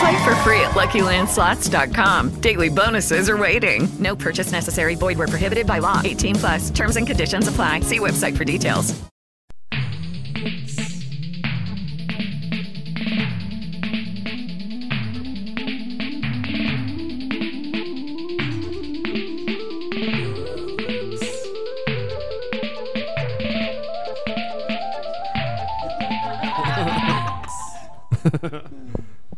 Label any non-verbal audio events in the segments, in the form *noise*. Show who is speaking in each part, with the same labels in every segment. Speaker 1: Play for free at LuckyLandSlots.com. Daily bonuses are waiting.
Speaker 2: No purchase necessary. Void where prohibited by law. 18 plus. Terms and conditions apply. See website for details.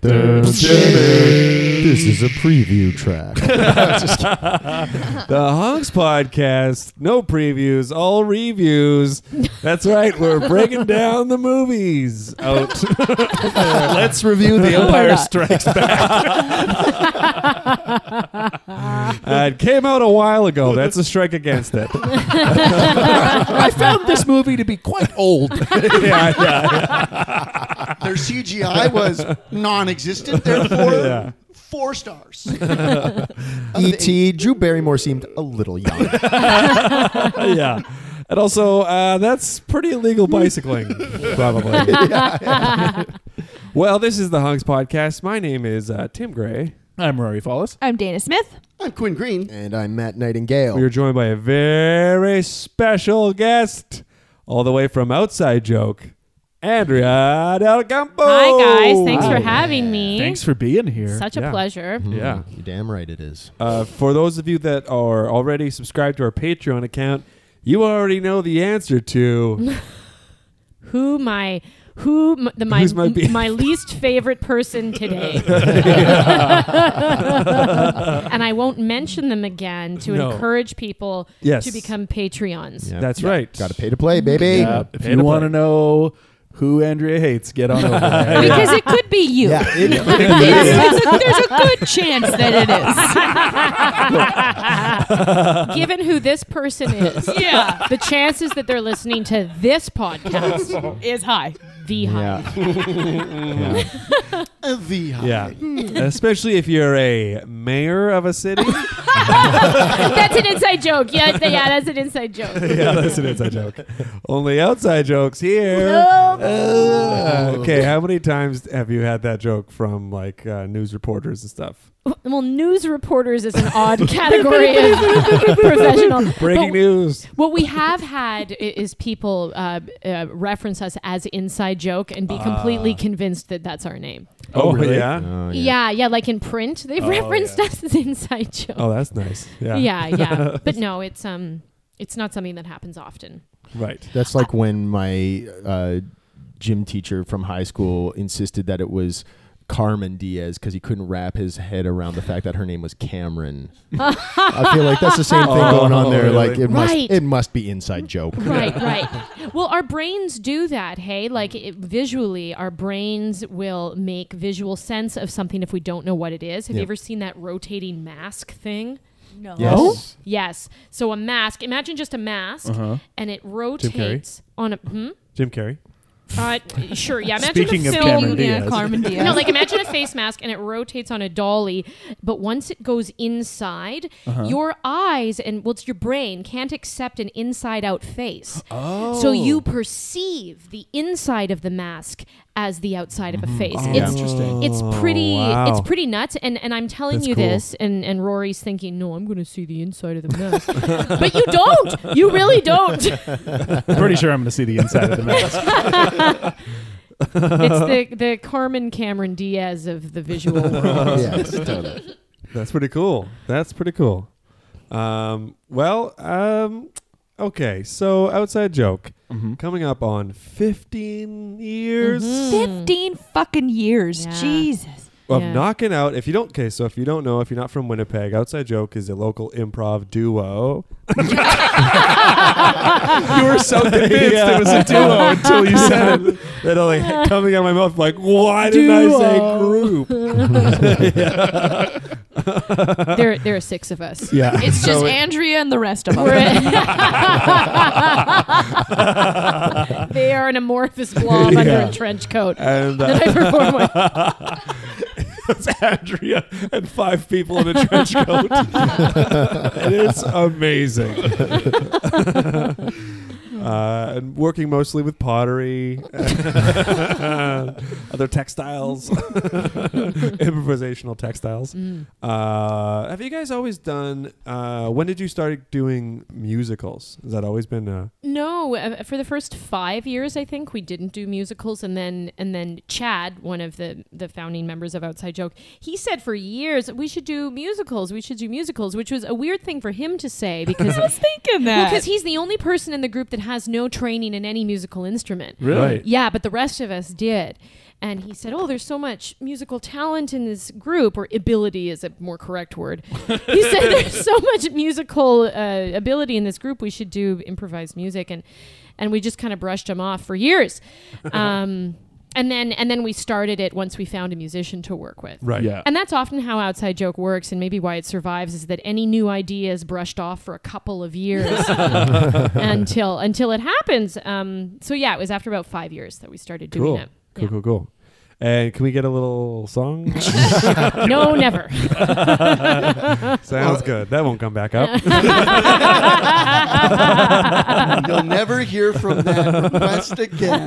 Speaker 3: do.
Speaker 4: This is a preview track.
Speaker 3: The Honks Podcast, no previews, all reviews. That's right, we're breaking down the movies. *laughs* Out.
Speaker 4: Let's review *laughs* The Empire Strikes Back.
Speaker 3: Uh, it came out a while ago. That's a strike against it.
Speaker 4: I found this movie to be quite old. *laughs*
Speaker 3: yeah, yeah,
Speaker 5: Their CGI was non-existent. Therefore,
Speaker 3: Yeah.
Speaker 5: four
Speaker 4: *laughs*
Speaker 5: stars.
Speaker 4: E.T. E Drew Barrymore seemed a little young.
Speaker 3: *laughs* yeah. And also, uh, that's pretty illegal bicycling, *laughs* probably. *laughs* well, this is the Hunks Podcast. My name is uh, Tim Gray.
Speaker 4: I'm Rory Fallis.
Speaker 6: I'm Dana Smith.
Speaker 5: I'm Quinn Green.
Speaker 4: And I'm Matt Nightingale.
Speaker 3: We are joined by a very special guest, all the way from Outside Joke, Andrea Del Campo.
Speaker 6: Hi guys, thanks for having me.
Speaker 7: Thanks for being here.
Speaker 6: Such
Speaker 3: Yeah.
Speaker 6: a pleasure.
Speaker 3: Yeah.
Speaker 4: You're damn right it is.
Speaker 3: Uh, for those of you that are already subscribed to our Patreon account, you already know the answer *laughs* to
Speaker 6: Who my who m- the my
Speaker 3: Who's my be-
Speaker 6: my least favorite person today. and I won't mention them again to
Speaker 3: No.
Speaker 6: encourage people
Speaker 3: Yes.
Speaker 6: to become Patreons.
Speaker 3: That's right.
Speaker 4: Got to pay to play, baby.
Speaker 7: Uh, if
Speaker 3: Pay
Speaker 7: you
Speaker 3: to
Speaker 7: want
Speaker 3: play.
Speaker 7: to know who Andrea hates, get on over there.
Speaker 6: Because it could be you.
Speaker 4: Yeah, it-
Speaker 6: *laughs* there's, a, good chance that it is. Given who this person is, yeah, the chances that they're listening to this podcast is high. The high.
Speaker 5: Uh, The high.
Speaker 3: Yeah. Especially if you're a mayor of
Speaker 7: *laughs*
Speaker 3: a city.
Speaker 6: *laughs* that's an inside joke. Yeah, th- yeah, that's an inside joke.
Speaker 3: *laughs* yeah, that's an inside joke. Only outside jokes here. Uh, okay, how many times have you had that joke from like uh, news reporters and stuff?
Speaker 6: Well, news reporters is an odd *laughs* category of professional.
Speaker 3: Breaking
Speaker 6: But
Speaker 3: news.
Speaker 6: What we have had i- is people uh, uh, reference us as inside joke and be completely convinced that that's our name.
Speaker 3: Oh, yeah.
Speaker 4: Oh, yeah.
Speaker 6: Yeah, yeah, like in print, they've referenced us as inside joke.
Speaker 3: *laughs* Oh, that's nice. Yeah.
Speaker 6: yeah, yeah, but no, it's um, it's not something that happens often.
Speaker 3: Right.
Speaker 4: That's like when my uh, gym teacher from high school insisted that it was Carmen Diaz because he couldn't wrap his head around the fact that her name was Cameron. I feel like that's the same thing going on there.
Speaker 3: Oh,
Speaker 4: Like
Speaker 3: really?
Speaker 4: it
Speaker 6: Right.
Speaker 4: must it must be inside joke. *laughs*
Speaker 6: right right well our brains do that hey like it, visually our brains will make visual sense of something if we don't know what it is have you
Speaker 4: Yeah.
Speaker 6: ever seen that rotating mask thing
Speaker 8: No.
Speaker 4: Yes. Uh-huh.
Speaker 6: yes so a mask imagine just a mask and it rotates on a hmm?
Speaker 3: Jim Carrey.
Speaker 6: uh, sure yeah imagine
Speaker 7: Speaking
Speaker 6: a
Speaker 7: of
Speaker 6: film
Speaker 7: Cameron
Speaker 3: *laughs*
Speaker 7: Diaz.
Speaker 6: no, like imagine a face mask and it rotates on a dolly, but once it goes inside,
Speaker 4: Uh-huh.
Speaker 6: your eyes and well, it's your brain can't accept an inside out face. Oh. So you perceive the inside of the mask as the outside of a face.
Speaker 4: Oh,
Speaker 6: it's
Speaker 4: interesting.
Speaker 6: It's pretty.
Speaker 4: Wow.
Speaker 6: It's pretty nuts. And and I'm telling
Speaker 4: That's
Speaker 6: you
Speaker 4: cool.
Speaker 6: this, and and Rory's thinking, no, I'm going to see the inside of the mask, but you don't. You really don't.
Speaker 4: I'm pretty sure I'm going to see the inside of the mask.
Speaker 6: it's the the Carmen Cameron Diaz of the
Speaker 4: *laughs*
Speaker 6: visual world.
Speaker 3: Yes, That's pretty cool. That's pretty cool. Um, well, um, okay. So, outside joke coming up on 15 years
Speaker 8: Mm-hmm. Fifteen fucking years. Jesus.
Speaker 3: of knocking out. If you don't, okay. So, if you don't know, if you're not from Winnipeg, outside joke is a local improv *laughs* duo. you were so convinced it was a duo until you said *laughs* it. That like coming out of my mouth, like, why didn't I say group? Yeah.
Speaker 6: there, there are six of us.
Speaker 3: Yeah.
Speaker 8: It's just
Speaker 3: So it-
Speaker 8: Andrea and the rest of *laughs*
Speaker 6: We're-
Speaker 8: them.
Speaker 6: *laughs* they are an amorphous blob under a trench
Speaker 3: *laughs*
Speaker 6: coat
Speaker 8: *laughs*
Speaker 6: *laughs*
Speaker 3: And, uh,
Speaker 6: that I perform with.
Speaker 3: it's Andrea and five people in a trench coat. and it's amazing. *laughs* uh, and working mostly with pottery, *laughs* other textiles, improvisational textiles.
Speaker 6: Mm.
Speaker 3: Uh, have you guys always done? Uh, when did you start doing musicals? Has that always been? A,
Speaker 6: No, uh, for the first five years, I think we didn't do musicals, and then and then Chad, one of the the founding members of Outside Joke, he said for years we should do musicals, we should do musicals, which was a weird thing for him to say
Speaker 8: *laughs*
Speaker 6: because I was
Speaker 8: thinking that.
Speaker 6: because he's the only person in the group that has no training in any musical instrument.
Speaker 8: Really? Right.
Speaker 6: Yeah, but the rest of us did. And he said, "Oh, there's so much musical talent in this group, or ability is a more correct word." he said, "There's so much musical uh, ability in this group. We should do improvised music." And and we just kind of brushed him off for years. Um, and then and then we started it once we found a musician to work with.
Speaker 4: Right. Yeah.
Speaker 6: And that's often how outside joke works, and maybe why it survives is that any new idea is brushed off for a couple of
Speaker 3: *laughs*
Speaker 6: years until until it happens. Um, so yeah, it was after about five years that we started doing
Speaker 3: cool.
Speaker 6: it.
Speaker 3: Cool, cool, cool. And can we get a little song?
Speaker 6: No, never.
Speaker 3: Sounds good. That won't come
Speaker 4: *laughs*
Speaker 3: back up.
Speaker 9: *laughs* You'll never hear from that request again.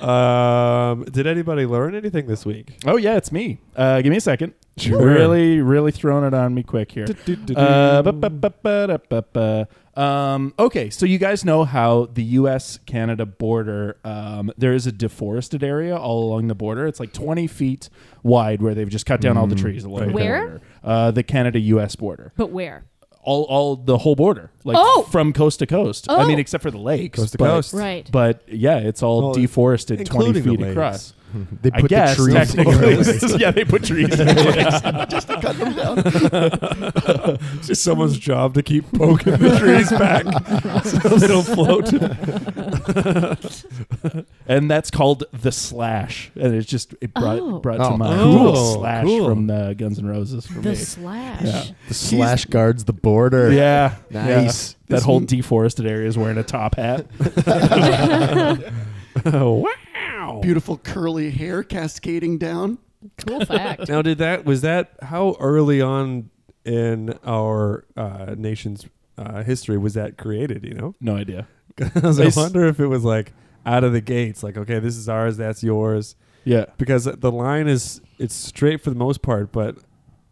Speaker 3: um, did anybody learn anything this week?
Speaker 4: *laughs* Oh yeah, it's me. Uh, give me a second.
Speaker 3: Sure.
Speaker 10: Uh,
Speaker 4: Really, really throwing it on me quick here.
Speaker 3: do,
Speaker 4: Uh, ba- ba- ba- ba- da- ba- ba. Um, okay, so you guys know how the U.S. Canada border um, there is a deforested area all along the border. It's like 20 feet wide where they've just cut down all the
Speaker 6: Mm.
Speaker 4: trees along the
Speaker 6: Where?
Speaker 4: border. Uh, the Canada-U.S. border.
Speaker 6: But where?
Speaker 4: All, all the whole border, like
Speaker 6: Oh!
Speaker 4: from coast to coast. I
Speaker 6: Oh!
Speaker 4: mean, except for the lakes,
Speaker 3: Coast to
Speaker 4: but-
Speaker 3: coast.
Speaker 6: Right.
Speaker 4: But yeah, it's all
Speaker 3: Well,
Speaker 4: deforested, twenty
Speaker 3: including the
Speaker 4: feet
Speaker 3: lakes.
Speaker 4: across.
Speaker 10: They
Speaker 4: I
Speaker 10: put the
Speaker 4: guess,
Speaker 10: trees in the
Speaker 4: technically. *laughs*
Speaker 10: lakes.
Speaker 4: yeah, they put trees in the lakes.
Speaker 9: Just to cut them down.
Speaker 3: It's just someone's job to keep poking the trees back *laughs* so they don't float.
Speaker 4: *laughs* and that's called the Slash, and it's just it brought
Speaker 6: Oh.
Speaker 4: brought
Speaker 10: Oh,
Speaker 4: to mind
Speaker 10: cool.
Speaker 4: the Slash
Speaker 10: Cool.
Speaker 4: from the Guns N' Roses. For
Speaker 6: The
Speaker 4: me.
Speaker 6: Slash.
Speaker 4: Yeah.
Speaker 10: The *laughs* slash guards the border.
Speaker 4: Yeah,
Speaker 10: Nice.
Speaker 4: yeah. That whole deforested area is wearing a top hat. wow!
Speaker 9: Beautiful curly hair cascading down.
Speaker 6: Cool fact.
Speaker 3: now, did that was that how early on in our uh, nation's uh, history was that created? You know, *laughs*
Speaker 4: No idea.
Speaker 3: 'Cause
Speaker 4: They
Speaker 3: I
Speaker 4: s-
Speaker 3: wonder if it was like out of the gates, like okay, this is ours, that's yours.
Speaker 4: Yeah.
Speaker 3: because the line is it's straight for the most part, but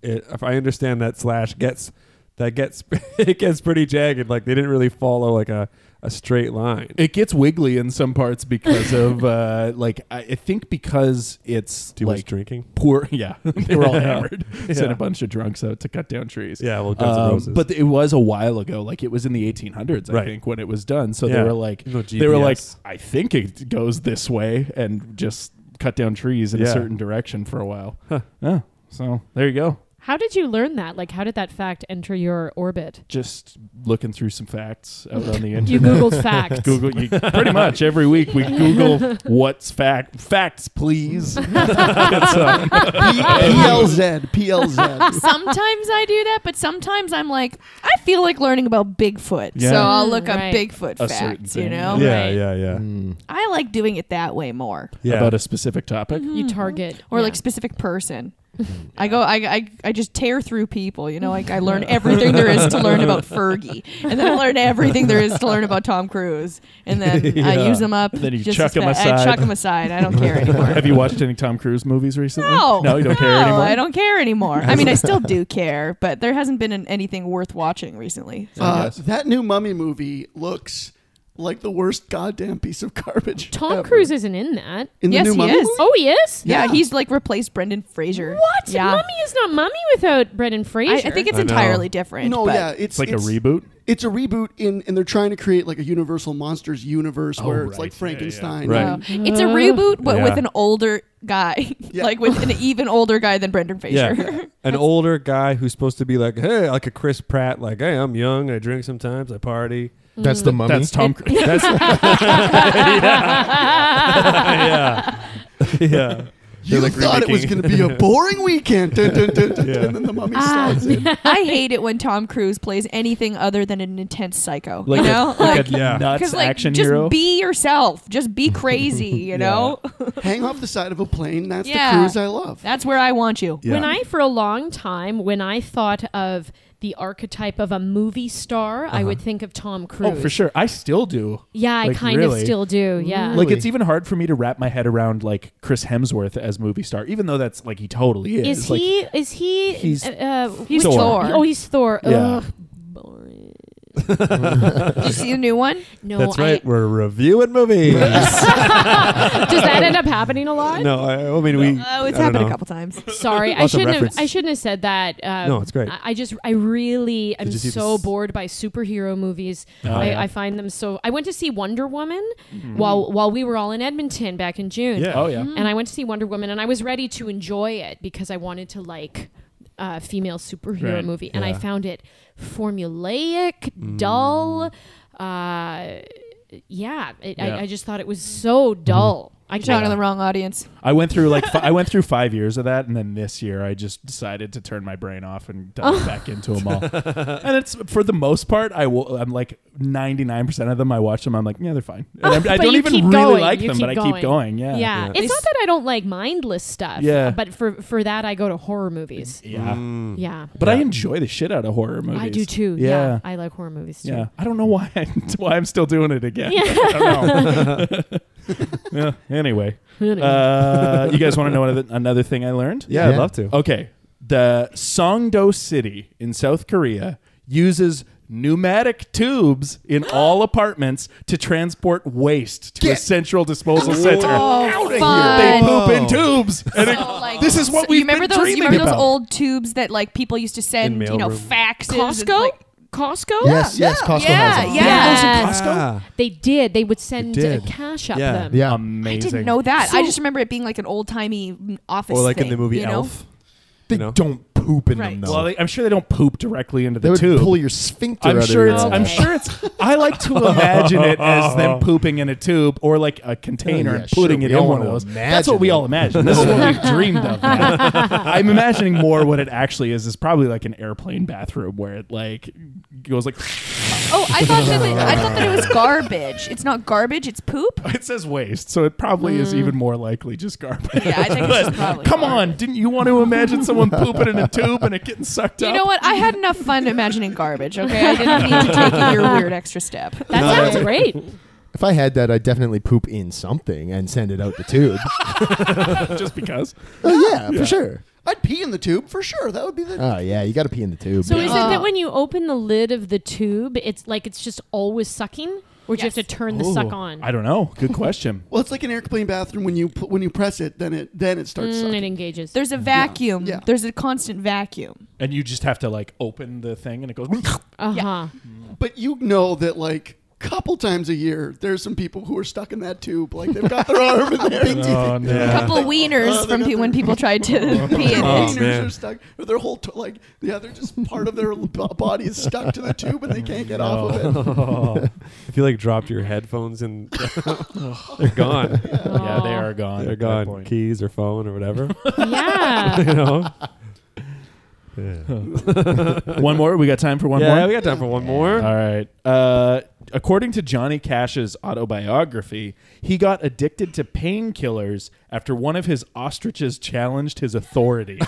Speaker 3: it, if I understand that slash gets that gets *laughs* it gets pretty jagged. Like they didn't really follow like a, a straight line.
Speaker 4: It gets wiggly in some parts because of uh, *laughs* like I, I think because it's
Speaker 3: Too
Speaker 4: like
Speaker 3: much drinking?
Speaker 4: Poor, *laughs* yeah, they
Speaker 8: *laughs*
Speaker 4: were all
Speaker 3: Yeah.
Speaker 4: hammered. Sent
Speaker 3: Yeah.
Speaker 4: a bunch of drunks out to cut down trees. Um,
Speaker 3: Yeah, well, Guns N' Roses.
Speaker 4: But it was a while ago. Like it was in the 1800s, I
Speaker 3: Right.
Speaker 4: think, when it was done. So
Speaker 3: Yeah.
Speaker 4: they were like,
Speaker 8: Oh,
Speaker 3: No
Speaker 4: they were like,
Speaker 3: GPS.
Speaker 4: I think it goes this way, and just cut down *laughs* trees in
Speaker 3: Yeah.
Speaker 4: a certain direction for a while.
Speaker 3: Huh.
Speaker 4: Yeah. So there you go.
Speaker 6: How did you learn that? Like, how did that fact enter your orbit?
Speaker 4: Just looking through some facts out on the
Speaker 6: *laughs* You
Speaker 4: internet. *laughs*
Speaker 6: Googled facts.
Speaker 4: Google you, pretty much every week we Google
Speaker 6: *laughs*
Speaker 4: what's fact facts, please. P-
Speaker 9: PLZ, PLZ.
Speaker 8: sometimes I do that, but sometimes I'm like, I feel like learning about Bigfoot, so
Speaker 4: Yeah.
Speaker 8: I'll look
Speaker 6: Right.
Speaker 8: up Bigfoot
Speaker 4: A certain
Speaker 8: facts. You
Speaker 4: thing.
Speaker 8: know,
Speaker 3: yeah, yeah, yeah.
Speaker 1: I like doing it that way more.
Speaker 3: Yeah. Hmm. About a specific topic?
Speaker 1: Mm-hmm.
Speaker 6: You target
Speaker 1: or
Speaker 6: yeah.
Speaker 1: like specific
Speaker 3: *laughs*
Speaker 1: person. I go, I, I, I just tear through people. You know, like I learn everything there is
Speaker 3: *laughs*
Speaker 1: to learn about Fergie, and then I learn everything there is to learn about Tom Cruise, and
Speaker 3: *laughs*
Speaker 1: then I
Speaker 3: Yeah.
Speaker 1: use them up.
Speaker 3: Then you
Speaker 1: just
Speaker 3: chuck
Speaker 1: as
Speaker 3: 'em
Speaker 1: fast- I
Speaker 3: aside.
Speaker 1: chuck them aside. I don't care
Speaker 3: *laughs*
Speaker 1: anymore.
Speaker 3: Have you watched any Tom Cruise movies recently?
Speaker 1: No,
Speaker 3: No, you don't care
Speaker 1: no,
Speaker 3: anymore.
Speaker 1: I don't care anymore. I mean, I still
Speaker 3: *laughs*
Speaker 1: do care, but there hasn't been an, anything worth watching recently. So.
Speaker 8: Uh, *laughs* that new Mummy movie looks like the worst goddamn piece of garbage.
Speaker 6: Tom
Speaker 8: ever.
Speaker 6: Cruise isn't in that.
Speaker 8: In the
Speaker 1: Yes,
Speaker 8: new
Speaker 1: he
Speaker 8: Mummy
Speaker 1: is.
Speaker 8: movie?
Speaker 6: Oh, he is.
Speaker 1: yeah, he's like replaced Brendan Fraser.
Speaker 6: What?
Speaker 1: Yeah.
Speaker 6: Mummy is not mummy without Brendan Fraser.
Speaker 1: I, I think
Speaker 3: *laughs*
Speaker 8: *laughs*
Speaker 1: it's
Speaker 3: I know.
Speaker 1: entirely different.
Speaker 8: No,
Speaker 1: but-
Speaker 8: yeah, it's,
Speaker 3: It's like a reboot.
Speaker 8: It's a reboot, in, and they're trying to create like a Universal Monsters universe
Speaker 3: Oh,
Speaker 8: where it's
Speaker 3: right.
Speaker 8: like
Speaker 3: Yeah, yeah.
Speaker 8: Frankenstein.
Speaker 3: Right.
Speaker 8: and-
Speaker 1: It's a
Speaker 8: *laughs*
Speaker 1: reboot, but with
Speaker 10: Yeah.
Speaker 1: an older guy,
Speaker 8: Yeah.
Speaker 1: like with
Speaker 8: *laughs*
Speaker 1: an even older guy than Brendan Fraser.
Speaker 10: Yeah. An older guy who's supposed to be like, hey, like a Chris Pratt, like, hey, I'm young, I drink sometimes, I party.
Speaker 4: That's the mummy.
Speaker 3: That's Tom Cruise. That's
Speaker 10: yeah. yeah.
Speaker 8: You
Speaker 10: They're, like,
Speaker 8: thought it was
Speaker 10: remaking-
Speaker 8: going to be a boring weekend, dun, dun, dun,
Speaker 4: *laughs*
Speaker 8: dun,
Speaker 10: Yeah.
Speaker 8: and then the mummy
Speaker 4: Ah,
Speaker 8: slides in.
Speaker 1: I hate it when Tom Cruise plays anything other than an intense psycho.
Speaker 3: like
Speaker 1: you know,
Speaker 3: a, like a
Speaker 10: Yeah.
Speaker 3: nuts
Speaker 1: 'cause, like,
Speaker 3: action
Speaker 1: just
Speaker 3: hero.
Speaker 1: be yourself. Just
Speaker 3: *laughs*
Speaker 1: be crazy. You know,
Speaker 8: Hang off the side of a plane. That's
Speaker 1: Yeah.
Speaker 8: the cruise I love.
Speaker 1: that's where I want you.
Speaker 6: When I, for a long time, when I thought of the archetype of a movie star, I
Speaker 8: Uh-huh.
Speaker 6: would think of Tom Cruise.
Speaker 3: oh, for sure. I still do.
Speaker 6: Yeah, I
Speaker 3: Like,
Speaker 6: kind
Speaker 3: really?
Speaker 6: of still do. Yeah.
Speaker 3: Like it's even hard for me to wrap my head around like Chris Hemsworth as movie star, even though that's like he totally is.
Speaker 6: is
Speaker 3: like,
Speaker 6: he? Is he?
Speaker 3: He's-
Speaker 6: uh,
Speaker 3: he's
Speaker 6: which-
Speaker 3: Thor.
Speaker 6: Oh, he's Thor.
Speaker 3: Yeah.
Speaker 6: Ugh.
Speaker 1: Did you see the new one?
Speaker 6: No,
Speaker 10: That's
Speaker 6: I-
Speaker 10: right. We're reviewing
Speaker 8: *laughs*
Speaker 10: movies.
Speaker 6: Does
Speaker 3: *laughs*
Speaker 6: that end up happening a lot?
Speaker 10: no, I, I mean, we.
Speaker 8: Uh,
Speaker 10: uh,
Speaker 1: Oh, it's
Speaker 10: I don't
Speaker 1: happened a
Speaker 10: know.
Speaker 1: couple times.
Speaker 6: Sorry, I
Speaker 10: Lots of
Speaker 6: shouldn't have.
Speaker 10: reference.
Speaker 6: I shouldn't have said that. Um,
Speaker 10: No, it's great.
Speaker 6: I, I just, I really, I'm
Speaker 10: you see
Speaker 6: so
Speaker 10: this-
Speaker 6: bored by superhero movies.
Speaker 3: Oh,
Speaker 6: I,
Speaker 3: yeah.
Speaker 6: I find them so. I went to see Wonder Woman while while we were all in Edmonton back in June.
Speaker 3: Mm-hmm. Yeah. Oh yeah.
Speaker 6: And I went to see Wonder Woman, and I was ready to enjoy it because I wanted to like a female superhero
Speaker 3: Right,
Speaker 6: movie, and I
Speaker 3: yeah.
Speaker 6: found it formulaic, dull.
Speaker 8: Mm.
Speaker 6: Uh, yeah, it,
Speaker 3: Yeah.
Speaker 6: I, I just thought it was so dull.
Speaker 8: Mm-hmm.
Speaker 6: I
Speaker 1: Talking to
Speaker 6: can't-
Speaker 1: the wrong audience.
Speaker 3: I went through like fi- I went
Speaker 6: *laughs*
Speaker 3: through five years of that, and then this year I just decided to turn my brain off and
Speaker 6: Oh.
Speaker 3: dive back into them
Speaker 6: *laughs*
Speaker 3: all. And it's for the most part, I will. I'm like 99 percent of them. I watch them. I'm like, yeah, they're fine. And I'm- I
Speaker 6: Oh, But
Speaker 3: don't
Speaker 6: you
Speaker 3: even
Speaker 6: keep
Speaker 3: really
Speaker 6: going.
Speaker 3: like
Speaker 6: You
Speaker 3: them,
Speaker 6: keep
Speaker 3: but I
Speaker 6: going.
Speaker 3: keep going. Yeah,
Speaker 6: Yeah. It's not that I don't like mindless stuff.
Speaker 3: Yeah.
Speaker 6: But for, for that, I go to horror movies.
Speaker 3: yeah.
Speaker 6: Yeah.
Speaker 3: But I enjoy the shit out of horror movies.
Speaker 6: I do too. Yeah.
Speaker 3: Yeah.
Speaker 6: I like horror movies too.
Speaker 3: Yeah. I don't know why *laughs* I, why I'm still doing it again. *laughs* I
Speaker 6: *laughs*
Speaker 3: don't know. yeah. Anyway,
Speaker 6: Anyway.
Speaker 3: Uh, you guys want to
Speaker 6: *laughs*
Speaker 3: know another, another thing I learned?
Speaker 10: Yeah, I'd
Speaker 4: Yeah.
Speaker 10: love to.
Speaker 3: Okay. The Songdo City in South Korea uses pneumatic tubes in *laughs* all apartments to transport waste to a central disposal center.
Speaker 6: Oh,
Speaker 3: They
Speaker 1: fun.
Speaker 3: poop in tubes. And it-
Speaker 1: Like,
Speaker 3: this is what
Speaker 1: so you
Speaker 3: we've
Speaker 1: remember
Speaker 3: been
Speaker 1: those.
Speaker 3: dreaming
Speaker 1: you remember
Speaker 3: about.
Speaker 1: those old tubes that like people used to send, you know,
Speaker 10: mailroom.
Speaker 3: *laughs*
Speaker 1: faxes. and,
Speaker 6: Costco?
Speaker 1: like-
Speaker 6: Costco?
Speaker 4: Yes, yes, Costco
Speaker 1: yeah,
Speaker 4: has it.
Speaker 1: yeah.
Speaker 6: Yes.
Speaker 10: Ah,
Speaker 6: They did. They would send
Speaker 10: They
Speaker 6: uh,
Speaker 10: did.
Speaker 6: cash up
Speaker 10: Yeah.
Speaker 6: them.
Speaker 4: Yeah.
Speaker 1: I
Speaker 3: Amazing.
Speaker 1: didn't know that. I just remember it being like an old timey office.
Speaker 10: or like in
Speaker 1: thing,
Speaker 10: the movie
Speaker 1: you know?
Speaker 10: Elf.
Speaker 4: They
Speaker 10: You know?
Speaker 4: don't poop in
Speaker 1: Right.
Speaker 4: them though.
Speaker 3: Well, they, I'm sure they don't poop directly into
Speaker 4: they
Speaker 3: the
Speaker 4: would
Speaker 3: tube.
Speaker 4: pull your sphincter.
Speaker 3: I'm
Speaker 4: out
Speaker 3: sure
Speaker 4: Of
Speaker 3: it's.
Speaker 4: your
Speaker 3: I'm sure it's. I like to imagine it
Speaker 4: *laughs*
Speaker 3: as them pooping in a tube or like a container
Speaker 4: Oh, yeah,
Speaker 3: and putting
Speaker 4: sure.
Speaker 3: it
Speaker 4: We
Speaker 3: in
Speaker 4: all
Speaker 3: one of
Speaker 4: wanna
Speaker 3: those. That's what we
Speaker 4: imagine it.
Speaker 3: all imagine. This is what we dreamed of.
Speaker 4: *laughs*
Speaker 3: man. I'm imagining more what it actually is. Is probably like an airplane bathroom where it like goes like. *laughs*
Speaker 1: Oh, I thought that it, I thought that
Speaker 10: *laughs*
Speaker 1: it was garbage. It's not garbage. It's poop.
Speaker 3: It says waste, so it probably is even more likely just garbage.
Speaker 1: Yeah, I think
Speaker 3: *laughs*
Speaker 1: it's just probably.
Speaker 3: Come on, didn't you want to imagine
Speaker 4: *laughs*
Speaker 3: someone pooping in a tube and it getting sucked
Speaker 1: You
Speaker 3: up?
Speaker 1: know what? I had enough fun imagining garbage. Okay, I didn't need to
Speaker 10: *laughs*
Speaker 1: take your weird extra step.
Speaker 6: That
Speaker 4: No.
Speaker 6: sounds great.
Speaker 4: If I had that, I'd definitely poop in something and send it out the
Speaker 8: *laughs*
Speaker 4: tube.
Speaker 3: *laughs* Just because.
Speaker 4: oh yeah, for sure.
Speaker 8: I'd pee in the tube for sure. That would be the.
Speaker 4: Oh yeah, you got to pee in the tube.
Speaker 6: So
Speaker 4: yeah.
Speaker 6: is it that when you open the lid of the tube, it's like it's just always sucking? Or do you have to
Speaker 1: Yes.
Speaker 6: turn the suck on?
Speaker 3: I don't know.
Speaker 1: *laughs*
Speaker 3: Good question.
Speaker 8: well, it's like an airplane bathroom. When you pu- when you press it, then it then it starts.
Speaker 6: Mm,
Speaker 8: sucking.
Speaker 4: *laughs*
Speaker 6: it engages.
Speaker 1: There's a vacuum.
Speaker 8: Yeah.
Speaker 1: There's a constant vacuum.
Speaker 3: and you just have to like open the thing and
Speaker 10: *laughs*
Speaker 3: it goes *laughs*
Speaker 6: uh huh.
Speaker 8: But you know that like couple times a year, there's some people who are stuck in that tube. Like they've got
Speaker 10: *laughs*
Speaker 8: their arm in there.
Speaker 3: oh
Speaker 1: A
Speaker 3: no
Speaker 1: couple *laughs* wieners
Speaker 8: Oh, they
Speaker 1: from
Speaker 8: got
Speaker 1: pe-
Speaker 8: their-
Speaker 1: when people tried *laughs* to pee in
Speaker 10: Oh,
Speaker 8: Their
Speaker 1: it.
Speaker 8: wieners
Speaker 10: man.
Speaker 8: are stuck. Or their whole t- like yeah, they're just part of their b- body is stuck to the tube and they can't get off
Speaker 4: *laughs* Oh,
Speaker 8: of it.
Speaker 10: if you like dropped your headphones
Speaker 3: *laughs*
Speaker 10: and *laughs* they're gone,
Speaker 3: yeah they are gone
Speaker 10: they're
Speaker 3: at that
Speaker 10: gone.
Speaker 3: point.
Speaker 10: Keys or phone or
Speaker 3: *laughs*
Speaker 10: whatever.
Speaker 6: Yeah.
Speaker 10: *laughs* you know. Yeah.
Speaker 3: one more we got time for one
Speaker 10: yeah,
Speaker 3: more
Speaker 10: we got time for one more.
Speaker 3: all right uh
Speaker 10: according to Johnny Cash's autobiography, he got addicted to painkillers after one of his ostriches challenged his *laughs* authority.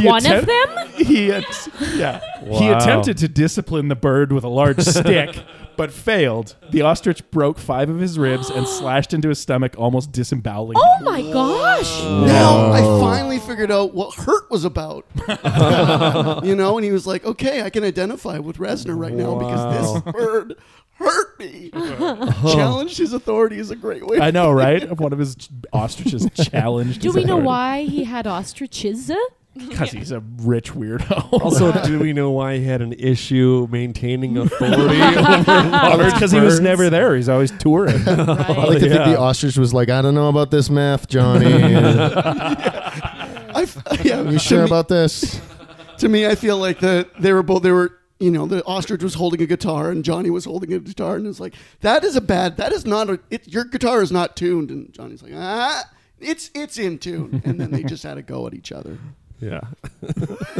Speaker 10: He
Speaker 6: One of
Speaker 10: attempt-
Speaker 6: them?
Speaker 10: He att- yeah. He
Speaker 3: Wow.
Speaker 10: attempted to discipline the bird with a *laughs* large stick, but failed. The ostrich broke five of his ribs and slashed into his stomach, almost disemboweling.
Speaker 6: Oh
Speaker 4: *laughs*
Speaker 6: my gosh.
Speaker 3: Oh,
Speaker 11: Oh.
Speaker 4: Now I
Speaker 10: Whoa.
Speaker 4: finally figured out what hurt was about.
Speaker 11: *laughs*
Speaker 4: you know, and he was like, okay, I can identify with Resner right now because
Speaker 10: Wow.
Speaker 4: this bird hurt
Speaker 10: *laughs*
Speaker 4: me. Challenge his authority is a great way.
Speaker 10: I know, right? One of his ch-
Speaker 3: *laughs*
Speaker 10: ostriches challenged.
Speaker 6: Do
Speaker 10: his
Speaker 6: we know
Speaker 10: authority.
Speaker 6: why he had ostriches?
Speaker 10: Because he's a rich weirdo. *laughs*
Speaker 3: Also, do we know why he had an issue
Speaker 10: *laughs*
Speaker 3: maintaining authority over large
Speaker 10: because he was
Speaker 3: birds?
Speaker 10: never there. He's always
Speaker 3: *laughs*
Speaker 10: touring.
Speaker 11: I like to think the ostrich was like, I don't know about this math,
Speaker 4: *laughs*
Speaker 11: Johnny.
Speaker 4: yeah,
Speaker 11: you sure about this?
Speaker 4: To me, I feel like the they were both they were you know the ostrich was holding a guitar and Johnny was holding a guitar and it's like that is a bad that is not a it, your guitar is not tuned and Johnny's like ah it's it's in tune and then they just had a go at each other.
Speaker 3: Yeah.
Speaker 4: *laughs*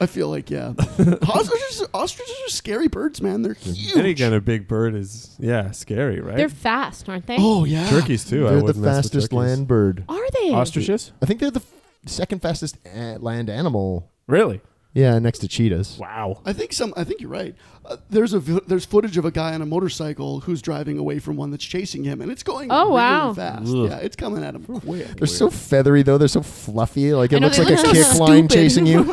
Speaker 4: I feel like yeah, ostriches ostriches are scary birds, man. They're huge.
Speaker 3: Any kind of big bird is yeah scary, right?
Speaker 6: They're fast, aren't they?
Speaker 4: Oh, yeah.
Speaker 3: turkeys too. I
Speaker 11: They're the
Speaker 3: wouldn't mess with
Speaker 11: fastest
Speaker 3: turkeys.
Speaker 11: land bird.
Speaker 6: Are they?
Speaker 10: Ostriches?
Speaker 11: I think they're the f- second fastest
Speaker 4: eh,
Speaker 11: a- land animal.
Speaker 10: Really?
Speaker 11: Yeah, next to cheetahs.
Speaker 10: Wow.
Speaker 4: I think some. I think you're right. Uh, there's a vi- there's footage of a guy on a motorcycle who's driving away from one that's chasing him, and it's going
Speaker 6: Oh,
Speaker 4: really
Speaker 6: wow.
Speaker 4: fast.
Speaker 11: Ugh.
Speaker 4: Yeah, it's coming at him quick.
Speaker 11: They're so feathery though. They're so fluffy. Like
Speaker 6: I
Speaker 11: it
Speaker 6: know,
Speaker 11: looks
Speaker 6: they
Speaker 11: like a
Speaker 6: look
Speaker 11: kick
Speaker 6: so
Speaker 11: line
Speaker 6: stupid.
Speaker 11: chasing you.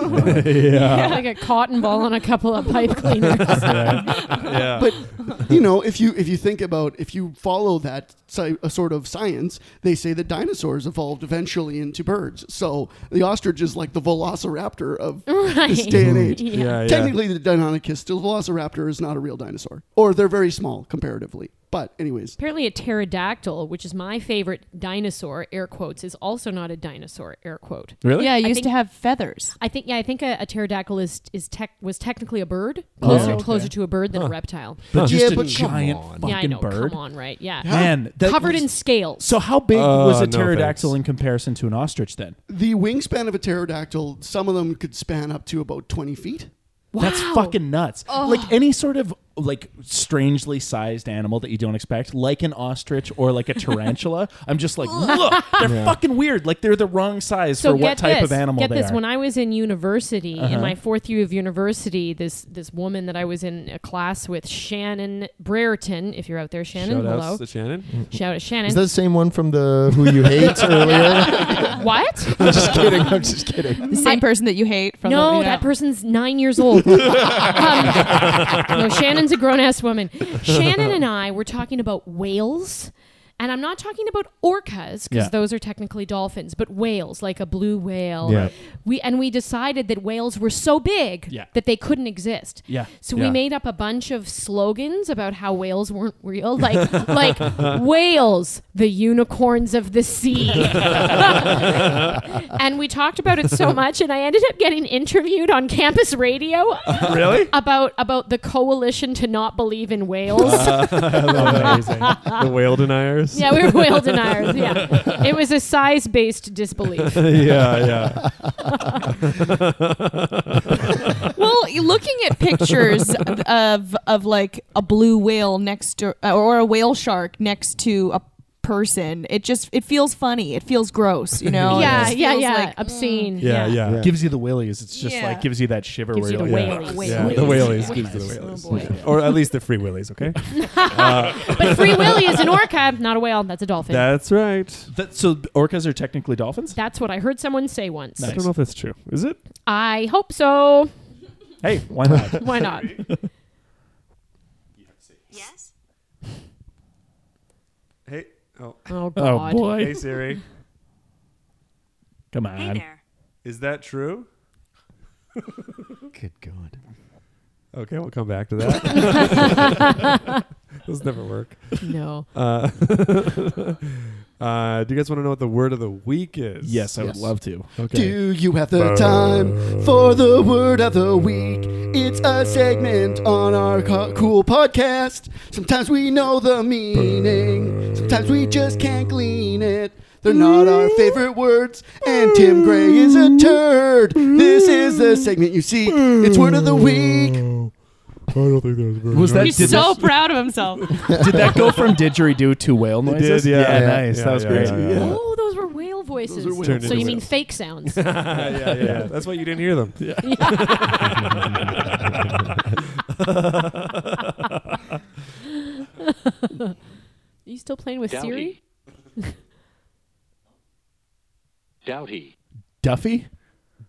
Speaker 6: Yeah,
Speaker 3: Uh-huh.
Speaker 6: like a cotton ball on a couple of
Speaker 4: *laughs*
Speaker 6: pipe cleaners.
Speaker 3: yeah.
Speaker 4: But you know, if you if you think about if you follow that sci- a sort of science, they say that dinosaurs evolved eventually into birds. So the ostrich is like the velociraptor of this
Speaker 6: *laughs* Right.
Speaker 4: day and age.
Speaker 6: Yeah. Yeah,
Speaker 3: yeah.
Speaker 4: Technically, the Deinonychus, the velociraptor, is not a real dinosaur, or they're very small comparatively. But anyways,
Speaker 6: Apparently, a pterodactyl, which is my favorite dinosaur, air quotes, is also not a dinosaur, air quote.
Speaker 10: Really?
Speaker 1: Yeah, it
Speaker 6: I
Speaker 1: used to
Speaker 6: think-
Speaker 1: have feathers.
Speaker 6: I think yeah, I think a, a pterodactyl is is tech was technically a bird,
Speaker 10: Oh,
Speaker 6: closer
Speaker 10: okay.
Speaker 6: closer to a bird than a reptile.
Speaker 10: But
Speaker 11: Yeah,
Speaker 10: just a
Speaker 11: but come
Speaker 10: giant
Speaker 11: on.
Speaker 10: fucking
Speaker 6: yeah, I know.
Speaker 10: bird.
Speaker 6: Come on, right? Yeah,
Speaker 10: Man, that
Speaker 6: covered in
Speaker 10: was-
Speaker 6: scales.
Speaker 10: So how big
Speaker 3: Uh,
Speaker 10: was a
Speaker 3: no
Speaker 10: pterodactyl
Speaker 3: thanks.
Speaker 10: in comparison to an ostrich then?
Speaker 4: the wingspan of a pterodactyl, some of them could span up to about twenty feet.
Speaker 10: That's fucking nuts. Like any sort of like strangely sized animal that you don't expect, like an ostrich or
Speaker 6: *laughs*
Speaker 10: like a tarantula. I'm just like, look, they're fucking weird. Like they're the wrong size
Speaker 6: so
Speaker 10: for
Speaker 6: get
Speaker 10: what type
Speaker 6: this,
Speaker 10: of animal
Speaker 6: get
Speaker 10: they
Speaker 6: this.
Speaker 10: are.
Speaker 6: When I was in university,
Speaker 10: Uh-huh.
Speaker 6: in my fourth year of university, this this woman that I was in a class with, Shannon Brereton, if you're out there, Shannon,
Speaker 3: Shout
Speaker 6: hello.
Speaker 3: outs to Shannon.
Speaker 6: Shout out Shannon.
Speaker 11: Is that the same one from the Who You Hate earlier?
Speaker 6: Uh, what?
Speaker 10: *laughs*
Speaker 11: I'm *laughs* just kidding. I'm just kidding.
Speaker 1: The same person that you hate from the,
Speaker 6: no,
Speaker 1: yeah.
Speaker 6: that person's nine
Speaker 10: *laughs*
Speaker 6: years old. um, no, Shannon's a grown ass woman.
Speaker 10: *laughs*
Speaker 6: Shannon and I were talking about whales. And I'm not talking about orcas because
Speaker 10: Yeah.
Speaker 6: those are technically dolphins, but whales, like a blue whale.
Speaker 11: Yeah.
Speaker 6: We and we decided that whales were so big
Speaker 10: Yeah.
Speaker 6: that they couldn't exist.
Speaker 10: Yeah.
Speaker 6: So
Speaker 3: Yeah.
Speaker 6: we
Speaker 3: *laughs*
Speaker 6: made up a bunch of slogans about how whales weren't real, like *laughs* like whales, the unicorns of
Speaker 3: *laughs*
Speaker 6: the sea. and we talked about it so much, and I ended up getting interviewed on campus radio
Speaker 10: really?
Speaker 3: *laughs*
Speaker 6: about about the coalition to not believe in whales.
Speaker 3: Amazing. the
Speaker 6: *laughs*
Speaker 3: whale deniers.
Speaker 6: yeah, we were *laughs* whale deniers. Yeah,
Speaker 3: *laughs*
Speaker 6: it was a size
Speaker 12: *laughs*
Speaker 6: based disbelief.
Speaker 3: yeah,
Speaker 1: *laughs* well, y- looking at pictures of of like a blue whale next to or a whale shark next to a person, it just it feels funny. It feels gross, you know. It
Speaker 6: yeah,
Speaker 1: just
Speaker 6: yeah,
Speaker 1: feels
Speaker 6: yeah.
Speaker 1: like-
Speaker 6: Obscene.
Speaker 3: yeah, yeah, yeah.
Speaker 10: Gives you the willies. It's just
Speaker 1: Yeah.
Speaker 10: like gives you that shiver
Speaker 6: Gives you
Speaker 10: where
Speaker 6: the Oh
Speaker 10: you're
Speaker 3: Yeah.
Speaker 10: like,
Speaker 6: whales.
Speaker 3: Yeah, the
Speaker 1: Whales.
Speaker 3: whales gives you the whales,
Speaker 1: Oh, boy.
Speaker 3: or at least the free willies.
Speaker 6: *laughs*
Speaker 3: Okay,
Speaker 6: But Free Willy is an orca, not a whale. That's a dolphin.
Speaker 3: that's right.
Speaker 10: That, so orcas are technically dolphins?
Speaker 6: That's what I heard someone say once.
Speaker 3: I don't know if that's true. Is it?
Speaker 6: I hope so.
Speaker 10: Hey,
Speaker 8: *laughs*
Speaker 10: why not?
Speaker 6: Why not?
Speaker 8: Yes?
Speaker 3: Hey, oh,
Speaker 6: Oh
Speaker 10: oh
Speaker 6: God.
Speaker 10: boy.
Speaker 3: Siri,
Speaker 10: Come on.
Speaker 3: is that true?
Speaker 11: Good God.
Speaker 3: Okay, we'll
Speaker 12: *laughs*
Speaker 3: come back to that. *laughs* Those never work. *laughs*
Speaker 6: No.
Speaker 3: Uh, uh, do you guys want to know what the word of the week is?
Speaker 10: Yes, I would love to.
Speaker 3: Okay.
Speaker 4: Do you have the time for the word of the week? It's a segment on our co- cool podcast. Sometimes we know the meaning, sometimes we just can't glean it. They're not our favorite words, and Tim Gray is a turd. This is the segment you see. It's word of the week.
Speaker 3: I don't think that was very
Speaker 10: Was that-
Speaker 3: nice.
Speaker 10: did
Speaker 8: He's so
Speaker 10: this-
Speaker 8: proud of himself.
Speaker 12: Oh,
Speaker 10: did that go from didgeridoo to whale
Speaker 3: *laughs* It
Speaker 10: noises?
Speaker 3: did, yeah. Yeah,
Speaker 10: nice.
Speaker 3: yeah,
Speaker 10: that was
Speaker 3: yeah,
Speaker 10: great.
Speaker 3: yeah, yeah.
Speaker 12: Oh, those were whale voices.
Speaker 3: whale
Speaker 12: so you
Speaker 3: Turned into
Speaker 12: mean
Speaker 3: whales.
Speaker 12: fake sounds?
Speaker 3: *laughs* yeah, yeah, yeah. That's why you didn't hear them. *laughs*
Speaker 12: Are you still playing with
Speaker 10: Dowdy.
Speaker 12: Siri?
Speaker 13: Doughty.
Speaker 10: Duffy?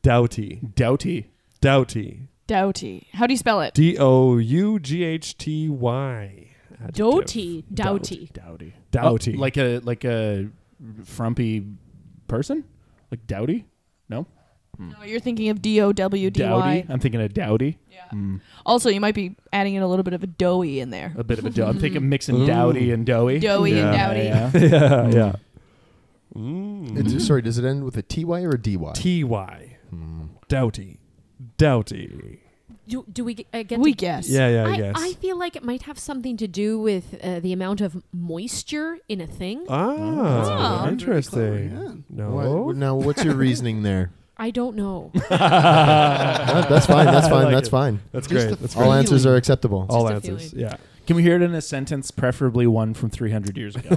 Speaker 3: Doughty.
Speaker 10: Doughty.
Speaker 3: Doughty.
Speaker 8: Doughty. How do you spell it?
Speaker 3: D O U G H T Y.
Speaker 12: Doughty. Doughty.
Speaker 10: Doughty.
Speaker 3: Doughty.
Speaker 10: Oh, like a like a frumpy person? Like Doughty? No?
Speaker 8: No, you're thinking of D O W D
Speaker 10: Dowdy?
Speaker 8: Y.
Speaker 10: I'm thinking of Dowdy. Yeah.
Speaker 8: Also, you might be adding in a little bit of a doughy in there.
Speaker 10: A bit of a dough. I'm thinking mixing Dowdy and Doughy.
Speaker 8: Doughy and
Speaker 10: Yeah,
Speaker 8: Dowdy.
Speaker 10: Yeah, yeah.
Speaker 3: yeah.
Speaker 4: It's- sorry, does it end with a T Y or a D Y?
Speaker 3: T Y.
Speaker 10: Hmm.
Speaker 3: Doughty. Doughty.
Speaker 12: Do, do we uh, get?
Speaker 8: We
Speaker 12: to-
Speaker 8: guess.
Speaker 3: Yeah, yeah,
Speaker 12: I,
Speaker 3: yes.
Speaker 12: I feel like it might have something to do with uh, the amount of moisture in a thing.
Speaker 8: Oh.
Speaker 3: Ah, interesting.
Speaker 10: *laughs*
Speaker 3: No.
Speaker 4: Why- now, what's
Speaker 3: *laughs*
Speaker 4: your reasoning there?
Speaker 12: I don't know. *laughs*
Speaker 4: Uh, that's fine. That's
Speaker 10: *laughs* I
Speaker 4: fine.
Speaker 10: like
Speaker 4: that's
Speaker 10: it.
Speaker 4: fine.
Speaker 10: That's Just great, a that's great.
Speaker 4: All answers
Speaker 10: feeling.
Speaker 4: are acceptable.
Speaker 10: All Just a answers, feeling. yeah. Can we hear it in a sentence, preferably one from 300 years ago?
Speaker 8: *laughs*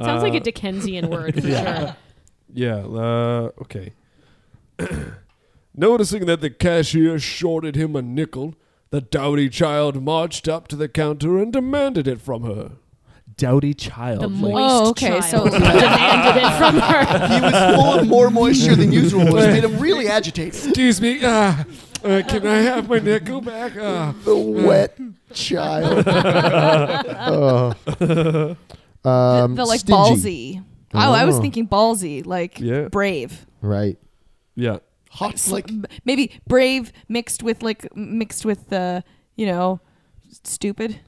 Speaker 12: Sounds like a Dickensian word *laughs* for
Speaker 3: yeah.
Speaker 12: sure.
Speaker 3: Yeah. Uh, okay. *clears throat* Noticing that the cashier shorted him a nickel, the dowdy child marched up to the counter and demanded it from her.
Speaker 10: Dowdy child.
Speaker 12: The
Speaker 10: Like-
Speaker 12: moist oh, okay.
Speaker 5: so-
Speaker 12: *laughs* demanded it from
Speaker 6: *laughs*
Speaker 12: her.
Speaker 5: He was full of more moisture than usual, which made him really agitated.
Speaker 3: Excuse me. Uh, uh, can I have my nickel back? Uh,
Speaker 4: the wet *laughs* child. Oh. Um,
Speaker 8: the like
Speaker 4: stingy.
Speaker 8: ballsy. Oh, I was
Speaker 4: Oh.
Speaker 8: thinking ballsy, like
Speaker 4: Yeah.
Speaker 8: brave.
Speaker 4: Right.
Speaker 3: Yeah.
Speaker 8: Hot like maybe brave mixed with like mixed with uh, you know, stupid.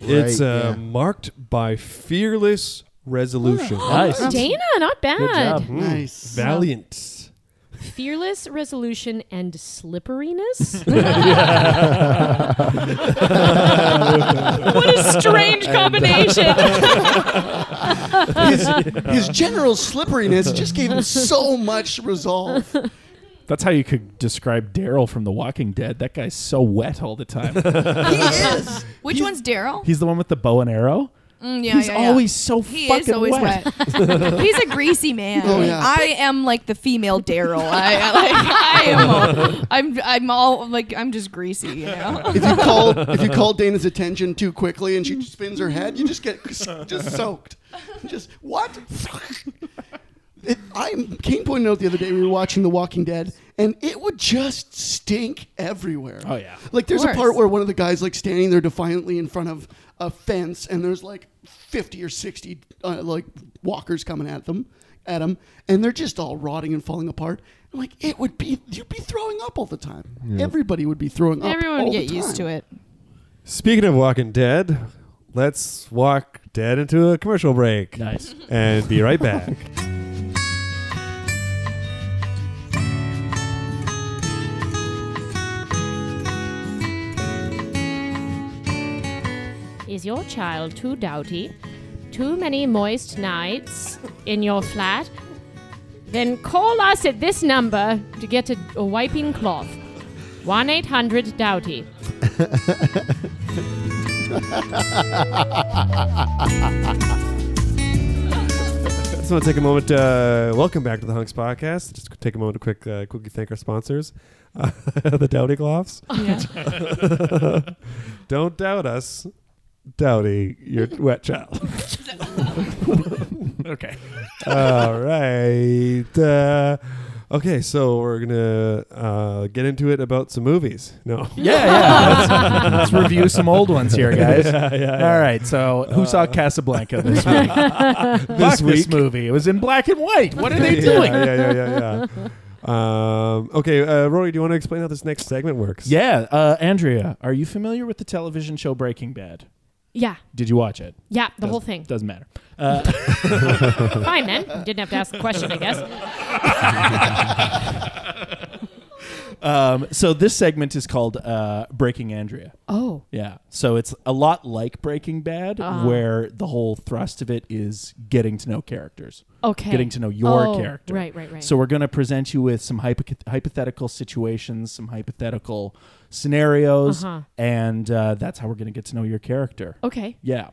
Speaker 3: it's
Speaker 4: Right,
Speaker 3: uh,
Speaker 10: um,
Speaker 4: yeah.
Speaker 3: marked by fearless resolution.
Speaker 8: Oh,
Speaker 12: Dana, not bad.
Speaker 3: Mm, Valiant.
Speaker 12: Fearless resolution and
Speaker 6: *laughs*
Speaker 12: slipperiness.
Speaker 5: What
Speaker 12: what
Speaker 4: *laughs*
Speaker 12: a strange
Speaker 6: uh, *laughs*
Speaker 12: combination.
Speaker 5: his, his general slipperiness just gave him so much resolve.
Speaker 10: That's how you could describe Daryl from The Walking Dead. That guy's so wet all the
Speaker 3: *laughs*
Speaker 10: time.
Speaker 8: *laughs* Which one's Daryl?
Speaker 10: He's the one with the bow and arrow.
Speaker 8: Mm, yeah,
Speaker 10: He's
Speaker 8: yeah, yeah.
Speaker 10: always so
Speaker 8: he
Speaker 10: fucking
Speaker 8: is always
Speaker 10: wet.
Speaker 8: wet. He's a greasy man.
Speaker 10: Oh, yeah.
Speaker 8: I am like the female Daryl. I, I, like, I am. I'm. I'm all like. I'm just greasy. You know.
Speaker 5: If you call if you
Speaker 10: *laughs*
Speaker 5: call Dana's attention too quickly and she spins her head, you just get just soaked. Just what? *laughs* It, I Kane pointed out the other day we were watching The Walking Dead, and it would just stink everywhere.
Speaker 10: Oh, yeah.
Speaker 5: like there's
Speaker 10: Of
Speaker 5: a part
Speaker 10: course.
Speaker 5: where one of the guys like standing there defiantly in front of a fence, and there's like fifty or sixty uh, like walkers coming at them, at him, and they're just all rotting and falling apart. I'm like it would be you'd be throwing up all the time.
Speaker 3: Yeah.
Speaker 5: Everybody would be throwing up.
Speaker 8: Everyone
Speaker 5: all
Speaker 8: would
Speaker 5: the
Speaker 8: get used
Speaker 5: time.
Speaker 8: to it.
Speaker 3: Speaking of Walking Dead, let's walk dead into a commercial break.
Speaker 10: Nice.
Speaker 3: And be right back.
Speaker 6: Is your child too doughty? Too many moist nights in your flat? Then call us at this number to get a, a wiping cloth. 1 800 Doughty.
Speaker 3: I just want to take a moment. Uh, welcome back to the Hunks Podcast. Just take a moment to quick, uh, quickly thank our sponsors, uh, *laughs* the Dowdy Gloves.
Speaker 10: Yeah.
Speaker 3: *laughs* Don't doubt us, Dowdy, your wet child.
Speaker 10: *laughs*
Speaker 3: *laughs*
Speaker 10: Okay.
Speaker 3: All right. Uh, okay, so we're gonna uh, get into it about some movies. No.
Speaker 10: *laughs* Yeah, yeah. Let's, let's review some old ones here, *laughs* guys.
Speaker 3: *laughs* Yeah, yeah,
Speaker 10: All right. So, who saw Casablanca *laughs* this week?
Speaker 3: This
Speaker 10: Fuck Uh, this
Speaker 3: week.
Speaker 10: movie. It was in black and white. What are they
Speaker 3: Yeah,
Speaker 10: doing?
Speaker 3: Yeah, yeah, yeah, yeah. Um, okay, uh, Rory, do you want to explain how this next segment
Speaker 10: *laughs*
Speaker 3: works?
Speaker 10: Yeah, uh, Andrea, are you familiar with the television show Breaking Bad?
Speaker 12: Yeah.
Speaker 10: Did you watch it?
Speaker 12: Yeah, the
Speaker 10: Doesn't-
Speaker 12: whole thing.
Speaker 10: Doesn't matter. Uh,
Speaker 12: Fine then. Didn't have to ask the question, I guess.
Speaker 10: um, so this segment is called uh, Breaking Andrea.
Speaker 6: *laughs* Oh.
Speaker 10: Yeah. So it's a lot like Breaking Bad,
Speaker 6: Uh-huh.
Speaker 10: where the whole thrust of it is getting to know characters.
Speaker 6: Okay.
Speaker 10: Getting to know your
Speaker 6: Oh,
Speaker 10: character.
Speaker 6: right, right, right.
Speaker 10: So we're going to present you with some hypo- hypothetical situations, some hypothetical scenarios,
Speaker 6: Uh-huh.
Speaker 10: and uh, that's how we're going to get to know your character.
Speaker 6: Okay.
Speaker 10: Yeah.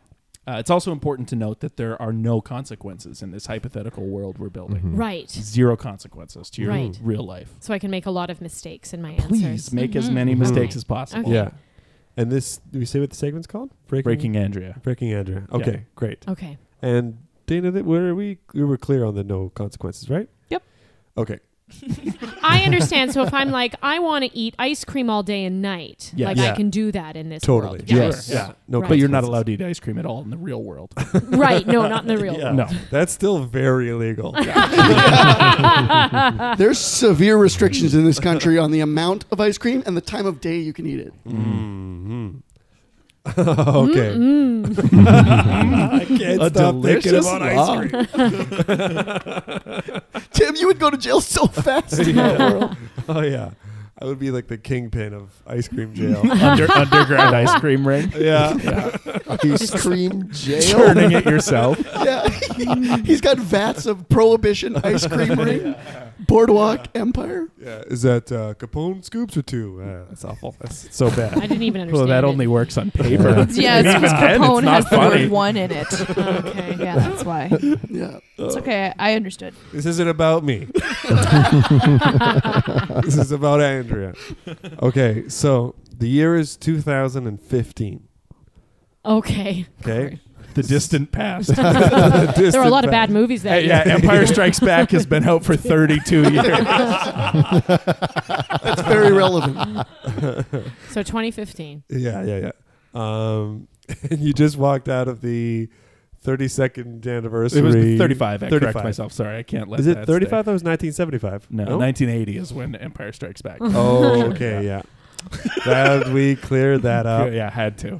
Speaker 10: Uh, it's also important to note that there are no consequences in this hypothetical world we're building.
Speaker 3: Mm-hmm.
Speaker 6: Right.
Speaker 10: Zero consequences to your
Speaker 6: Right.
Speaker 10: real life.
Speaker 6: So I can make a lot of mistakes in my answers.
Speaker 10: Please make as many
Speaker 6: Mhm.
Speaker 10: mistakes
Speaker 6: Right.
Speaker 10: as possible.
Speaker 6: Okay.
Speaker 3: Mm-hmm. Yeah. And this, do we say what the segment's called?
Speaker 10: Breaking Andrea.
Speaker 3: Breaking Andrea.
Speaker 10: Yeah.
Speaker 3: Okay, great.
Speaker 6: Okay.
Speaker 3: And Dana, that were we we were clear on the no consequences, right?
Speaker 6: Yep.
Speaker 3: Okay.
Speaker 6: I understand. So if I'm like, *laughs* I want to eat ice cream all day and night,
Speaker 10: Yes.
Speaker 6: like
Speaker 10: Yeah.
Speaker 6: I can do that in this
Speaker 3: Totally.
Speaker 6: world.
Speaker 3: Sure.
Speaker 10: Yes.
Speaker 3: Yeah. No
Speaker 10: But you're not
Speaker 3: consequences.
Speaker 10: allowed to eat ice cream at all in the real world.
Speaker 6: *laughs* Right. No, not in
Speaker 5: *laughs*
Speaker 6: the real
Speaker 3: Yeah.
Speaker 6: world.
Speaker 10: No.
Speaker 3: That's still very illegal.
Speaker 6: *laughs*
Speaker 5: There's severe restrictions in this country on the amount of ice cream and the time of day you can eat it.
Speaker 3: Mhm. *laughs* okay. *laughs* I can't
Speaker 5: A
Speaker 3: stop thinking
Speaker 5: delicious
Speaker 3: about
Speaker 5: law.
Speaker 3: ice cream.
Speaker 5: Tim, you would go to jail so fast in that world.
Speaker 3: *laughs* Oh yeah. I would be like the kingpin of ice cream jail.
Speaker 10: Under- underground ice cream
Speaker 3: *laughs*
Speaker 10: ring.
Speaker 3: Yeah.
Speaker 5: Ice cream jail.
Speaker 10: Churning it yourself.
Speaker 5: yeah. *laughs* He's got vats of prohibition ice cream
Speaker 10: *laughs*
Speaker 5: ring. Boardwalk Empire.
Speaker 3: Yeah. Is that uh, Capone scoops or two? Uh, that's awful. That's so bad.
Speaker 6: I didn't even
Speaker 10: Well,
Speaker 6: understand.
Speaker 10: that
Speaker 6: it.
Speaker 10: only works on *laughs* paper.
Speaker 8: Yeah, it's because
Speaker 10: And even then, it's
Speaker 8: Capone
Speaker 10: not
Speaker 8: has the
Speaker 10: funny.
Speaker 8: word one in it.
Speaker 6: Oh, Okay.
Speaker 8: Yeah, that's why.
Speaker 5: Yeah.
Speaker 8: It's okay. I understood.
Speaker 3: This isn't about me. this is about Andrea. Okay, so the year is 2015.
Speaker 5: *laughs*
Speaker 6: Okay.
Speaker 3: Okay.
Speaker 10: The distant past. *laughs*
Speaker 3: *laughs*
Speaker 6: there were a lot of bad movies that
Speaker 10: Hey, yeah,
Speaker 6: year.
Speaker 10: Empire Strikes Back has been out for 32 years.
Speaker 5: That's very relevant.
Speaker 6: *laughs* So 2015.
Speaker 3: Yeah, yeah, yeah. Um, *laughs* and you just walked out of the 32nd
Speaker 10: *laughs*
Speaker 3: anniversary.
Speaker 10: It was 35. I correct myself. Sorry, I can't let
Speaker 3: Is
Speaker 10: that
Speaker 3: it
Speaker 10: stay.
Speaker 3: 35? That was 1975.
Speaker 10: No, 1980 is when Empire Strikes Back.
Speaker 3: Oh,
Speaker 10: *laughs*
Speaker 3: okay, yeah. that we cleared that up.
Speaker 10: Yeah, had *laughs* to.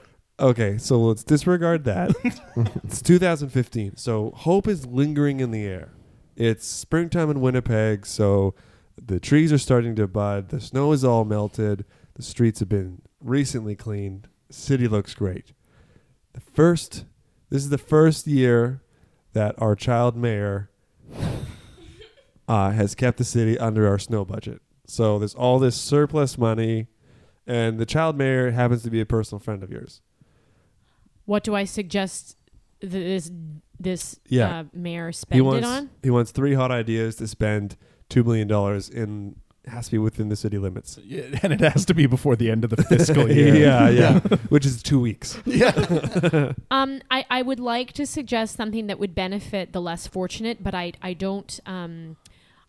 Speaker 3: *laughs* okay, so let's disregard that. it's 2015, so hope is lingering in the air. It's springtime in Winnipeg, so the trees are starting to bud, the snow is all melted, the streets have been recently cleaned, city looks great. The first this is the first year that our child mayor uh, has kept the city under our snow budget. So there's all this surplus money, and the child mayor happens to be a personal friend of yours.
Speaker 6: What do I suggest th- this this
Speaker 3: Yeah.
Speaker 6: uh, mayor
Speaker 3: he
Speaker 6: spend
Speaker 3: wants
Speaker 6: it on?
Speaker 3: he wants three hot ideas to spend two million dollars in has to be within the city limits.
Speaker 10: and it has to be before the end of the *laughs* fiscal year.
Speaker 3: *laughs* yeah, yeah, which is two weeks.
Speaker 6: *laughs*
Speaker 3: Yeah.
Speaker 6: Um, I, I would like to suggest something that would benefit the less fortunate, but I I don't um,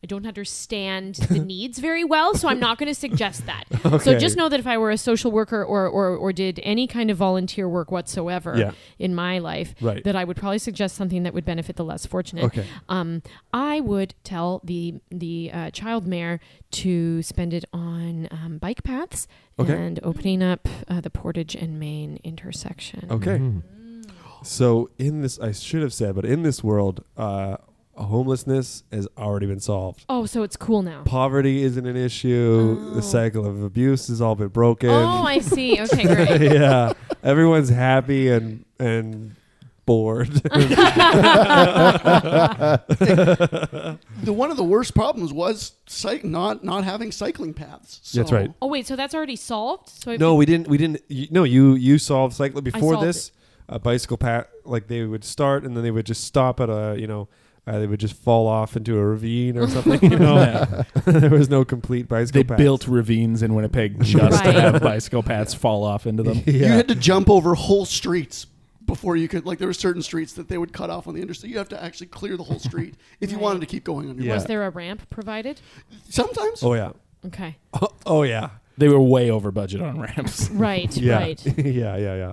Speaker 6: I don't understand
Speaker 12: *laughs*
Speaker 6: the needs very well, so I'm not going to suggest that. So
Speaker 12: Okay.
Speaker 6: just know that if I were a social worker or, or or did any kind of volunteer work whatsoever
Speaker 12: Yeah.
Speaker 6: in my life,
Speaker 12: Right.
Speaker 6: that I would probably suggest something that would benefit the less fortunate.
Speaker 12: Okay.
Speaker 6: Um, I would tell the the uh, child mayor to spend it on um, bike paths
Speaker 3: Okay.
Speaker 6: and opening up uh, the Portage and Main intersection.
Speaker 3: Okay. Mm-hmm. So in this, I should have said, but in this world, uh, homelessness has already been solved.
Speaker 6: Oh, so it's cool now.
Speaker 3: Poverty isn't an issue. The cycle of abuse has all been broken.
Speaker 6: Oh, I see.
Speaker 3: *laughs*
Speaker 6: Okay, great.
Speaker 3: yeah, everyone's happy and and bored.
Speaker 5: The one of the worst problems was cy- not not having cycling paths. So
Speaker 3: That's right.
Speaker 6: Oh wait, so that's already solved. So
Speaker 3: No, we didn't. We didn't. You, no, you you solved cycle before
Speaker 6: solved
Speaker 3: this. A bicycle path, like they would start and then they would just stop at a, you know, uh, they would just fall off into a ravine or
Speaker 10: *laughs*
Speaker 3: something. *laughs*
Speaker 6: *laughs*
Speaker 3: You know,
Speaker 10: Yeah.
Speaker 3: there was no complete bicycle.
Speaker 10: They
Speaker 3: path.
Speaker 10: built ravines in *laughs* Winnipeg just to
Speaker 3: Right.
Speaker 10: have bicycle paths fall off into *laughs* them.
Speaker 5: You had to jump over whole streets before you could. Like there were certain streets that they would cut off on the interstate. You have to actually clear the whole street if you wanted to keep going on your
Speaker 3: Yeah.
Speaker 5: bike.
Speaker 6: was there a ramp provided?
Speaker 5: Sometimes.
Speaker 3: Oh yeah. *laughs*
Speaker 6: Okay.
Speaker 3: Oh, oh, yeah.
Speaker 10: They were way over budget on ramps.
Speaker 6: Right,
Speaker 3: yeah. *laughs*
Speaker 6: right.
Speaker 3: yeah. Yeah. Yeah.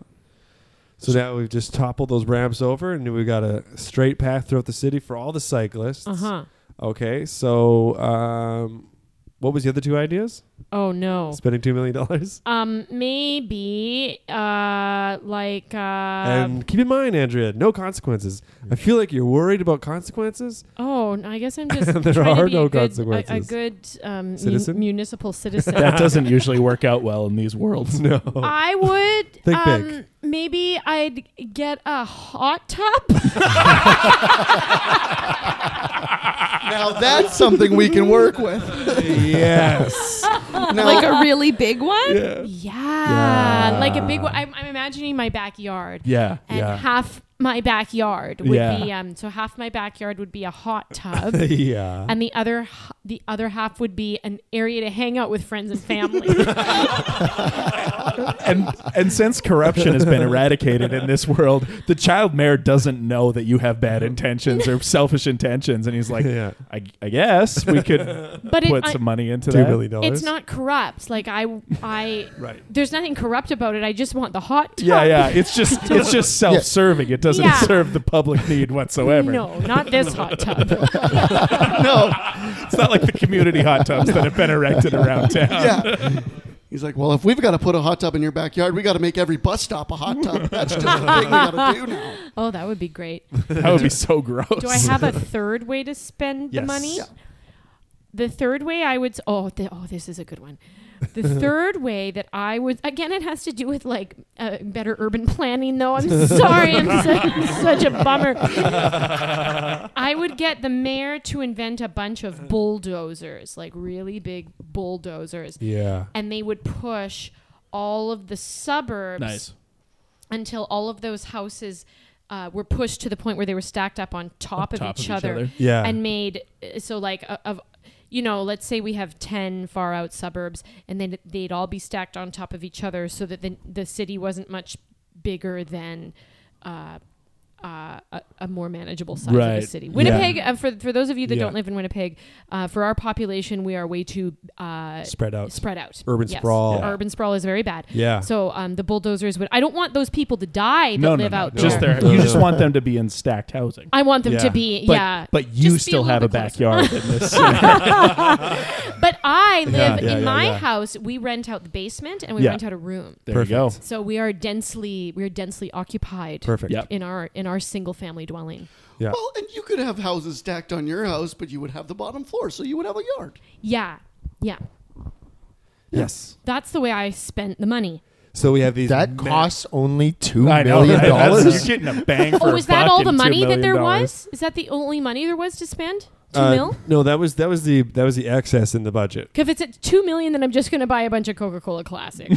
Speaker 3: So now we've just toppled those ramps over, and we've got a straight path throughout the city for all the cyclists.
Speaker 6: Uh-huh.
Speaker 3: Okay. So, um, what was the other two ideas?
Speaker 6: Oh no.
Speaker 3: Spending two million dollars.
Speaker 6: Um, maybe uh, uh, like. Uh,
Speaker 10: Um,
Speaker 3: and keep in mind, Andrea, no consequences. I feel like you're worried about consequences.
Speaker 6: Oh, n-
Speaker 3: *laughs*
Speaker 6: I guess I'm just
Speaker 3: There
Speaker 6: trying to
Speaker 3: are
Speaker 6: be
Speaker 3: no
Speaker 6: a good, a, a
Speaker 3: consequences.
Speaker 6: good um, mun-
Speaker 10: Citizen?
Speaker 3: *laughs*
Speaker 6: municipal citizen.
Speaker 10: that doesn't usually work out well in these worlds.
Speaker 3: No.
Speaker 6: I would
Speaker 10: Think
Speaker 6: um,
Speaker 10: big.
Speaker 6: maybe I'd get a hot tub.
Speaker 5: Now that's something we can work with.
Speaker 3: *laughs* yes.
Speaker 8: like a really big one.
Speaker 3: Yeah,
Speaker 6: Yeah, like a big one. I'm, I'm imagining my backyard.
Speaker 10: Yeah,
Speaker 6: and
Speaker 10: yeah.
Speaker 6: half my backyard would
Speaker 10: Yeah.
Speaker 6: be um. So half my backyard would be a
Speaker 10: *laughs*
Speaker 6: hot tub.
Speaker 3: *laughs* Yeah.
Speaker 6: *laughs* and the other h- the other half would be an area to hang out with friends and family.
Speaker 10: *laughs* and and since corruption has been eradicated in this world, the child mayor doesn't know that you have bad intentions or selfish intentions, and he's like, I, I guess we
Speaker 6: *laughs*
Speaker 10: could
Speaker 6: But it-
Speaker 10: put
Speaker 6: I-
Speaker 10: some money into
Speaker 3: Two
Speaker 10: that.
Speaker 3: billion dollars.
Speaker 10: *laughs*
Speaker 6: it's not corrupt. Like I I
Speaker 10: Right.
Speaker 6: There's nothing corrupt about it. I just want the hot
Speaker 10: *laughs*
Speaker 6: tub.
Speaker 10: Yeah, yeah. It's
Speaker 3: *laughs*
Speaker 10: just it's just self-serving. It doesn't
Speaker 6: Yeah.
Speaker 10: serve the public need whatsoever.
Speaker 6: No,
Speaker 10: *laughs*
Speaker 6: not this hot tub.
Speaker 10: no. It's not like the community hot tubs that have been erected around town.
Speaker 5: Yeah. He's like, well, if we've got to put a hot tub in your backyard, we got to make every bus stop a hot tub. That's just a thing we got to
Speaker 6: *laughs*
Speaker 5: do now.
Speaker 6: Oh, that would be great.
Speaker 10: That would be so gross.
Speaker 6: Do I
Speaker 10: *laughs*
Speaker 6: have a third way to spend the
Speaker 10: Yes.
Speaker 6: money?
Speaker 10: Yeah.
Speaker 6: The third way I would s- oh th- oh this is a good one. The third way that I would again it has to do with like uh, better urban planning though. I'm sorry, I'm su- such a bummer. I would get the mayor to invent a bunch of bulldozers, like really big bulldozers.
Speaker 3: Yeah.
Speaker 6: And they would push all of the suburbs
Speaker 10: Nice.
Speaker 6: until all of those houses uh, were pushed to the point where they were stacked up on top, of,
Speaker 10: top
Speaker 6: each
Speaker 10: of each
Speaker 6: other,
Speaker 10: other. Yeah.
Speaker 6: and made uh, so like uh, of you know let's say we have 10 far out suburbs and then they'd all be stacked on top of each other so that the, the city wasn't much bigger than uh, uh, a, a more manageable size of the
Speaker 10: Right.
Speaker 6: city
Speaker 10: Yeah.
Speaker 6: winnipeg uh, for, for those of you that
Speaker 3: Yeah.
Speaker 6: don't live in winnipeg uh, for our population we are way too uh,
Speaker 3: Spread out.
Speaker 6: spread out
Speaker 3: Urban sprawl. Yeah.
Speaker 6: urban sprawl is very bad
Speaker 3: Yeah.
Speaker 6: so um, the bulldozers would i don't want those people to die that
Speaker 10: No, no,
Speaker 6: live
Speaker 10: no.
Speaker 6: out
Speaker 10: Just
Speaker 6: there
Speaker 10: their, you just want them to be in stacked housing.
Speaker 6: I want them to be-
Speaker 10: But-
Speaker 6: yeah.
Speaker 10: But you still have a backyard in
Speaker 3: *laughs*
Speaker 10: this.
Speaker 6: but I live
Speaker 10: Yeah, yeah,
Speaker 6: in
Speaker 10: yeah,
Speaker 6: my
Speaker 10: yeah.
Speaker 6: house. We rent out the basement and we
Speaker 10: Yeah.
Speaker 6: rent out a room.
Speaker 10: There you Perfect. go.
Speaker 6: So we are densely we are densely occupied.
Speaker 10: Perfect. Yep.
Speaker 6: In our in our single family dwelling.
Speaker 3: Yeah.
Speaker 5: Well, and you could have houses stacked on your house, but you would have the bottom floor, so you would have a yard.
Speaker 6: Yeah. Yeah.
Speaker 3: Yes.
Speaker 6: That's the way I spent the money.
Speaker 3: So we have these.
Speaker 4: *laughs* That costs only two
Speaker 10: I
Speaker 4: million
Speaker 10: know, yeah, that's-
Speaker 4: dollars.
Speaker 10: you're getting a bang
Speaker 6: oh, is that all the money that there was? Is that the only money there was to spend? Two
Speaker 3: Uh,
Speaker 6: mil?
Speaker 3: No, that was that was the that was the excess in the budget.
Speaker 6: Because if it's at two million, then I'm just going to buy a bunch of Coca Cola
Speaker 10: *laughs*
Speaker 6: Classic.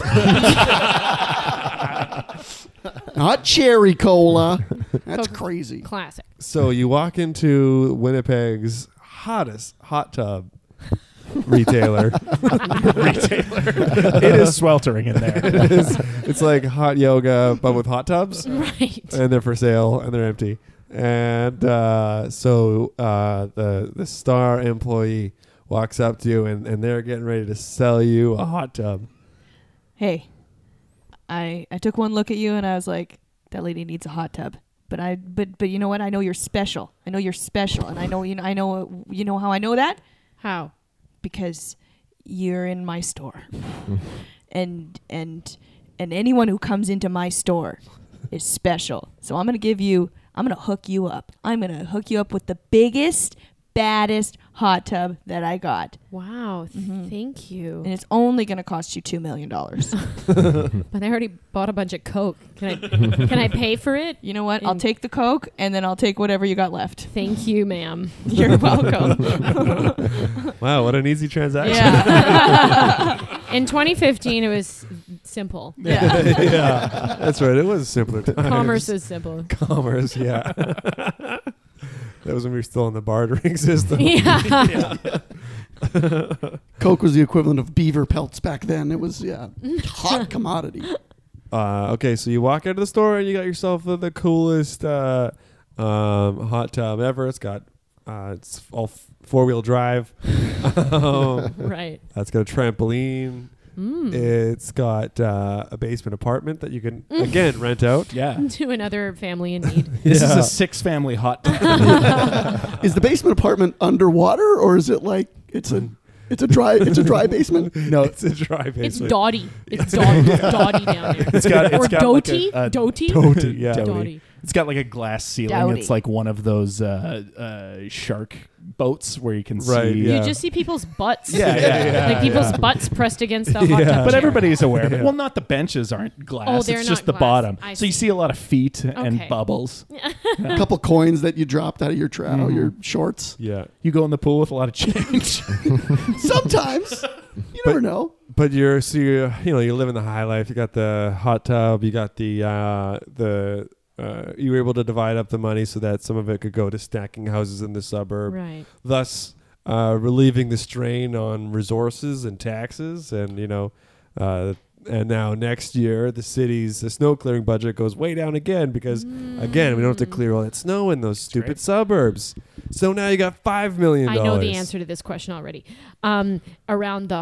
Speaker 5: Not cherry cola. That's crazy.
Speaker 6: Classic.
Speaker 3: So you walk into Winnipeg's hottest hot tub retailer. *laughs*
Speaker 10: Retailer. It is sweltering in there.
Speaker 3: it is, it's like hot yoga, but with hot tubs.
Speaker 10: Uh,
Speaker 6: Right.
Speaker 3: And they're for sale and they're empty. And uh, so uh, the the star employee walks up to you and, and they're getting ready to sell you a hot tub.
Speaker 8: Hey, I I took one look at you and I was like, that lady needs a hot tub. But I but but you know what? I know you're special. I know you're special, and I know you know I know you know how I know that.
Speaker 6: How?
Speaker 8: Because you're in my store, and and and anyone who comes into my store is special. So I'm gonna give you. I'm gonna hook you up. I'm gonna hook you up with the biggest, baddest hot tub that I got.
Speaker 6: Wow.
Speaker 10: mm-hmm.
Speaker 6: Thank you.
Speaker 8: And it's only going to cost you $2 million.
Speaker 6: But I already bought a bunch of Coke.
Speaker 10: *laughs*
Speaker 6: Can I can I pay for it?
Speaker 8: You know what? I'll take the Coke and then I'll take whatever you got left. *laughs*
Speaker 6: Thank you, ma'am.
Speaker 8: You're welcome.
Speaker 3: Wow, what an easy transaction.
Speaker 6: Yeah. In 2015, it was
Speaker 10: *laughs*
Speaker 6: simple.
Speaker 3: *laughs* Yeah. That's right. It was simpler times.
Speaker 6: Commerce is
Speaker 10: *laughs*
Speaker 6: simple.
Speaker 3: Commerce, yeah. *laughs* that was when we were still in the bartering *laughs* system.
Speaker 10: *laughs*
Speaker 6: Yeah.
Speaker 5: Coke was the equivalent of beaver pelts back then. It was yeah, hot commodity.
Speaker 3: Uh, okay, so you walk out of the store and you got yourself the, the coolest uh, um, hot tub ever. It's got uh, it's all f- four wheel drive. Um,
Speaker 6: Right.
Speaker 3: That's got a trampoline.
Speaker 6: Mm.
Speaker 3: It's got uh, a basement apartment that you can
Speaker 6: Mm.
Speaker 3: again rent out.
Speaker 10: Yeah.
Speaker 6: to another family
Speaker 10: *laughs*
Speaker 6: in need.
Speaker 10: This is
Speaker 3: Yeah.
Speaker 10: a six family
Speaker 6: *laughs*
Speaker 10: hot tub.
Speaker 5: is the basement apartment underwater or is it like it's a It's a dry. It's a dry basement. No,
Speaker 3: *laughs* it's a dry basement.
Speaker 6: It's dotty.
Speaker 10: *laughs*
Speaker 6: It's dotty, dotty down there.
Speaker 10: It's got, it's
Speaker 6: or
Speaker 10: got
Speaker 6: doty.
Speaker 10: Like a, a
Speaker 6: doty. *laughs*
Speaker 10: Doty, yeah.
Speaker 6: Doty.
Speaker 10: It's got like a glass ceiling.
Speaker 6: Doty.
Speaker 10: It's like one of those uh, uh, shark boats where you can
Speaker 3: Right,
Speaker 10: see.
Speaker 3: yeah.
Speaker 6: You just see people's butts.
Speaker 10: Yeah, *laughs* yeah, yeah,
Speaker 6: like people's
Speaker 10: yeah.
Speaker 6: butts pressed against
Speaker 10: *laughs*
Speaker 6: the hot tub
Speaker 10: uh, But
Speaker 6: chair.
Speaker 10: everybody's aware. of it.
Speaker 6: Yeah.
Speaker 10: Well, not the benches aren't glass.
Speaker 6: Oh,
Speaker 10: it's
Speaker 6: they're
Speaker 10: just
Speaker 6: not
Speaker 10: the
Speaker 6: glass.
Speaker 10: bottom.
Speaker 6: I
Speaker 10: So you see a lot of feet and
Speaker 6: Okay. *laughs*
Speaker 10: bubbles. Mm-hmm.
Speaker 5: a couple coins that you dropped out of your trow, your shorts.
Speaker 3: Yeah.
Speaker 10: You go in the pool with a lot of change.
Speaker 5: Sometimes you never know.
Speaker 3: But you're so you you know you're living the high life. You got the hot tub. You got the uh, the uh, you were able to divide up the money so that some of it could go to stacking houses in the suburb,
Speaker 6: Right.
Speaker 3: Thus uh, relieving the strain on resources and taxes, and you know, uh, and now next year the city's the snow clearing budget goes way down again because again we don't have to clear all that snow in those stupid suburbs. So now you got five million.
Speaker 6: I know the answer to this question already. Um, around the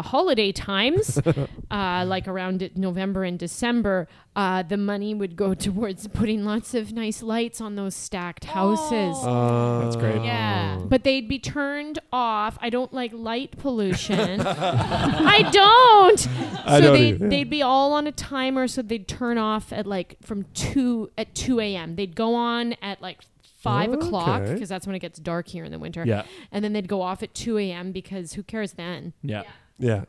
Speaker 10: *laughs*
Speaker 6: holiday times, uh, like around it- November and December, uh, the money would go *laughs* towards putting lots of nice lights on those stacked houses.
Speaker 3: Oh. That's great.
Speaker 6: Yeah, but they'd be turned off. I don't like light pollution. I don't.
Speaker 3: I
Speaker 6: so
Speaker 3: don't
Speaker 6: they
Speaker 3: either.
Speaker 6: they'd be all on a timer, so they'd turn off at like from two at two a.m. They'd go on at like five o'clock
Speaker 10: Okay.
Speaker 6: because that's when it gets dark here in the winter.
Speaker 10: Yeah.
Speaker 6: And then they'd go off at 2 a.m. because who cares then?
Speaker 10: Yeah.
Speaker 6: *laughs*
Speaker 3: Yeah.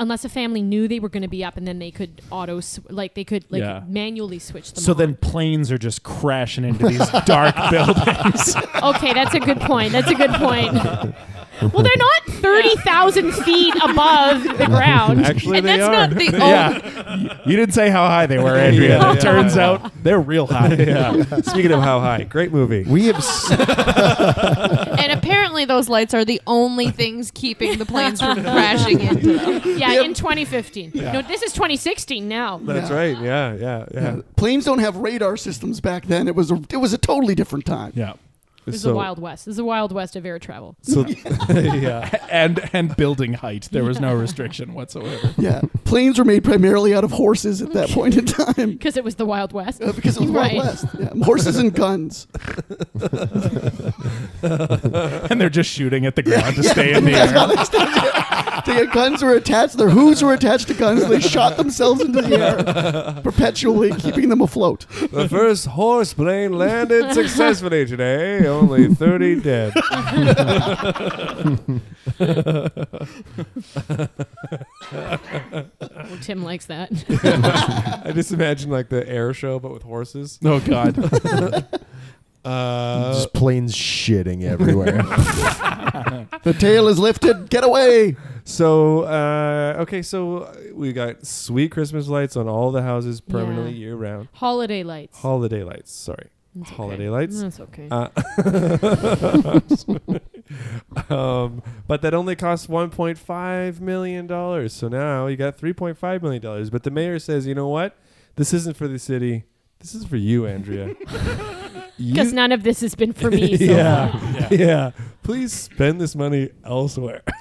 Speaker 6: Unless a family knew they were going to be up and then they could auto, sw- like they could like
Speaker 10: Yeah.
Speaker 6: manually switch them.
Speaker 10: So
Speaker 6: on.
Speaker 10: then planes are just crashing into these dark buildings.
Speaker 6: okay, that's a good point. That's a good point. Well, they're not 30,000 feet above the ground.
Speaker 10: Actually,
Speaker 6: and
Speaker 10: they
Speaker 6: that's
Speaker 10: are.
Speaker 6: not the
Speaker 10: *laughs* yeah. You didn't say how high they were, Andrea.
Speaker 3: Yeah,
Speaker 10: it
Speaker 3: yeah,
Speaker 10: turns
Speaker 3: yeah.
Speaker 10: out they're real high. *laughs*
Speaker 3: Yeah. Speaking of how
Speaker 6: *laughs*
Speaker 3: high, great movie.
Speaker 4: We have.
Speaker 5: *laughs*
Speaker 8: and apparently, those lights are the only things keeping the planes from crashing into them.
Speaker 6: Yeah, in 2015.
Speaker 5: Yeah.
Speaker 6: No, this is 2016 now.
Speaker 3: That's right. Yeah, yeah, yeah.
Speaker 5: Planes don't have radar systems back then. It was a, it was a totally different time.
Speaker 10: Yeah.
Speaker 6: This is the Wild West. This is the Wild West of air travel.
Speaker 3: So,
Speaker 10: yeah. And and building height. There was no restriction whatsoever.
Speaker 5: Yeah, planes were made primarily out of horses at
Speaker 6: *laughs*
Speaker 5: that point in time.
Speaker 6: Because it was the Wild West.
Speaker 5: because it
Speaker 6: *laughs*
Speaker 5: was Wild West. Yeah, horses and guns.
Speaker 10: and they're just shooting at the ground to stay *laughs* in the
Speaker 5: That's how
Speaker 10: air.
Speaker 5: they stayed there. Their guns were attached. Their hooves were attached to guns. They shot themselves into the
Speaker 10: *laughs*
Speaker 5: air, perpetually keeping them afloat.
Speaker 3: The first horse plane landed
Speaker 6: *laughs*
Speaker 3: successfully today. Only 30 dead.
Speaker 6: Oh, Tim likes that.
Speaker 3: I just imagine like the air show, but with horses.
Speaker 10: Oh, God.
Speaker 3: uh,
Speaker 4: just planes shitting
Speaker 3: *laughs*
Speaker 4: everywhere.
Speaker 5: The tail is lifted. Get
Speaker 3: *laughs*
Speaker 5: away.
Speaker 3: so, uh, okay, so we got sweet Christmas lights on all the houses permanently
Speaker 6: Yeah.
Speaker 3: year round.
Speaker 6: Holiday lights.
Speaker 3: Holiday lights, sorry.
Speaker 6: That's okay. Mm.
Speaker 3: Holiday lights.
Speaker 6: That's okay.
Speaker 3: *laughs* Uh, um, but that only costs $1.5 million. So now you got $3.5 million. But the mayor says, you know what? This isn't for the city. This is for you,
Speaker 6: *laughs*
Speaker 3: Andrea. *laughs*
Speaker 6: Because
Speaker 3: You-
Speaker 6: none of this has been for me. So far.
Speaker 3: *laughs* yeah, yeah. Please spend this money elsewhere. *laughs*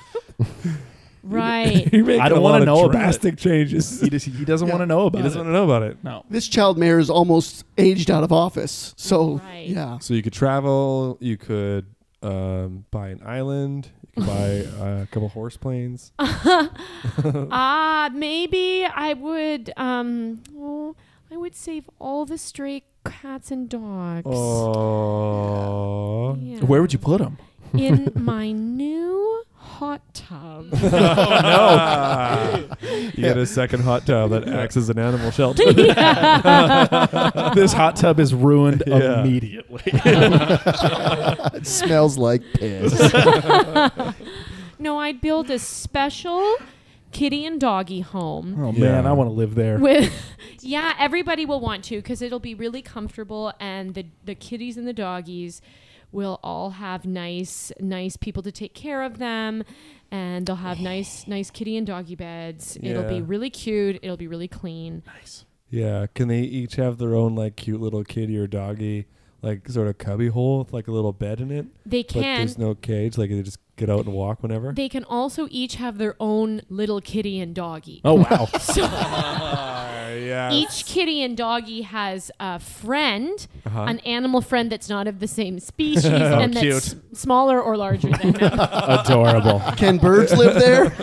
Speaker 6: Right.
Speaker 3: You're making
Speaker 10: I don't
Speaker 3: a
Speaker 10: want
Speaker 3: lot
Speaker 10: to
Speaker 3: of
Speaker 10: know about
Speaker 3: drastic
Speaker 10: it.
Speaker 3: changes.
Speaker 10: He, just, he doesn't want to know about
Speaker 3: *laughs* He doesn't
Speaker 10: it.
Speaker 3: want to know about it.
Speaker 10: No.
Speaker 5: *laughs* This child mayor is almost aged out of office. So
Speaker 3: *laughs*
Speaker 6: Right. *laughs*
Speaker 5: yeah,
Speaker 3: So you could travel. You could um, buy an island. You could
Speaker 10: *laughs*
Speaker 3: buy uh, a couple horse planes.
Speaker 6: Ah, maybe I would. Um, oh, I would save all the stray cats and dogs.
Speaker 10: *laughs*
Speaker 3: Oh.
Speaker 6: Yeah.
Speaker 10: Where would you put him?
Speaker 3: *laughs*
Speaker 6: in my new hot tub?
Speaker 3: *laughs*
Speaker 6: *laughs*
Speaker 3: You get a second hot tub that acts as an animal shelter.
Speaker 10: *laughs* this hot tub is ruined immediately.
Speaker 4: it smells like piss.
Speaker 3: *laughs*
Speaker 6: no, I'd build a special kitty and doggy home.
Speaker 10: Oh,
Speaker 3: Yeah.
Speaker 10: man. I want to live there.
Speaker 6: With *laughs* yeah, everybody will want to because it'll be really comfortable, and the the kitties and the doggies will all have nice nice people to take care of them, and they'll
Speaker 3: *sighs*
Speaker 6: have nice nice kitty and doggy beds. It'll be
Speaker 3: Yeah.
Speaker 6: really cute. It'll be really clean.
Speaker 3: Yeah. Can they each have their own like cute little kitty or doggy like sort of cubby hole with like a little bed in it?
Speaker 6: They
Speaker 3: But
Speaker 6: can.
Speaker 3: there's no cage. Like they just get out and walk whenever.
Speaker 6: They
Speaker 3: Oh. *laughs*
Speaker 6: can also each have their own little kitty and doggy.
Speaker 10: Oh, wow.
Speaker 6: So,
Speaker 3: yes.
Speaker 6: each kitty and doggy has a friend,
Speaker 3: Uh-huh.
Speaker 6: an animal friend that's not of the
Speaker 3: *laughs*
Speaker 6: same species
Speaker 3: Oh,
Speaker 6: and that's
Speaker 3: cute.
Speaker 6: s- smaller or larger than them.
Speaker 10: Adorable.
Speaker 5: Can birds live there?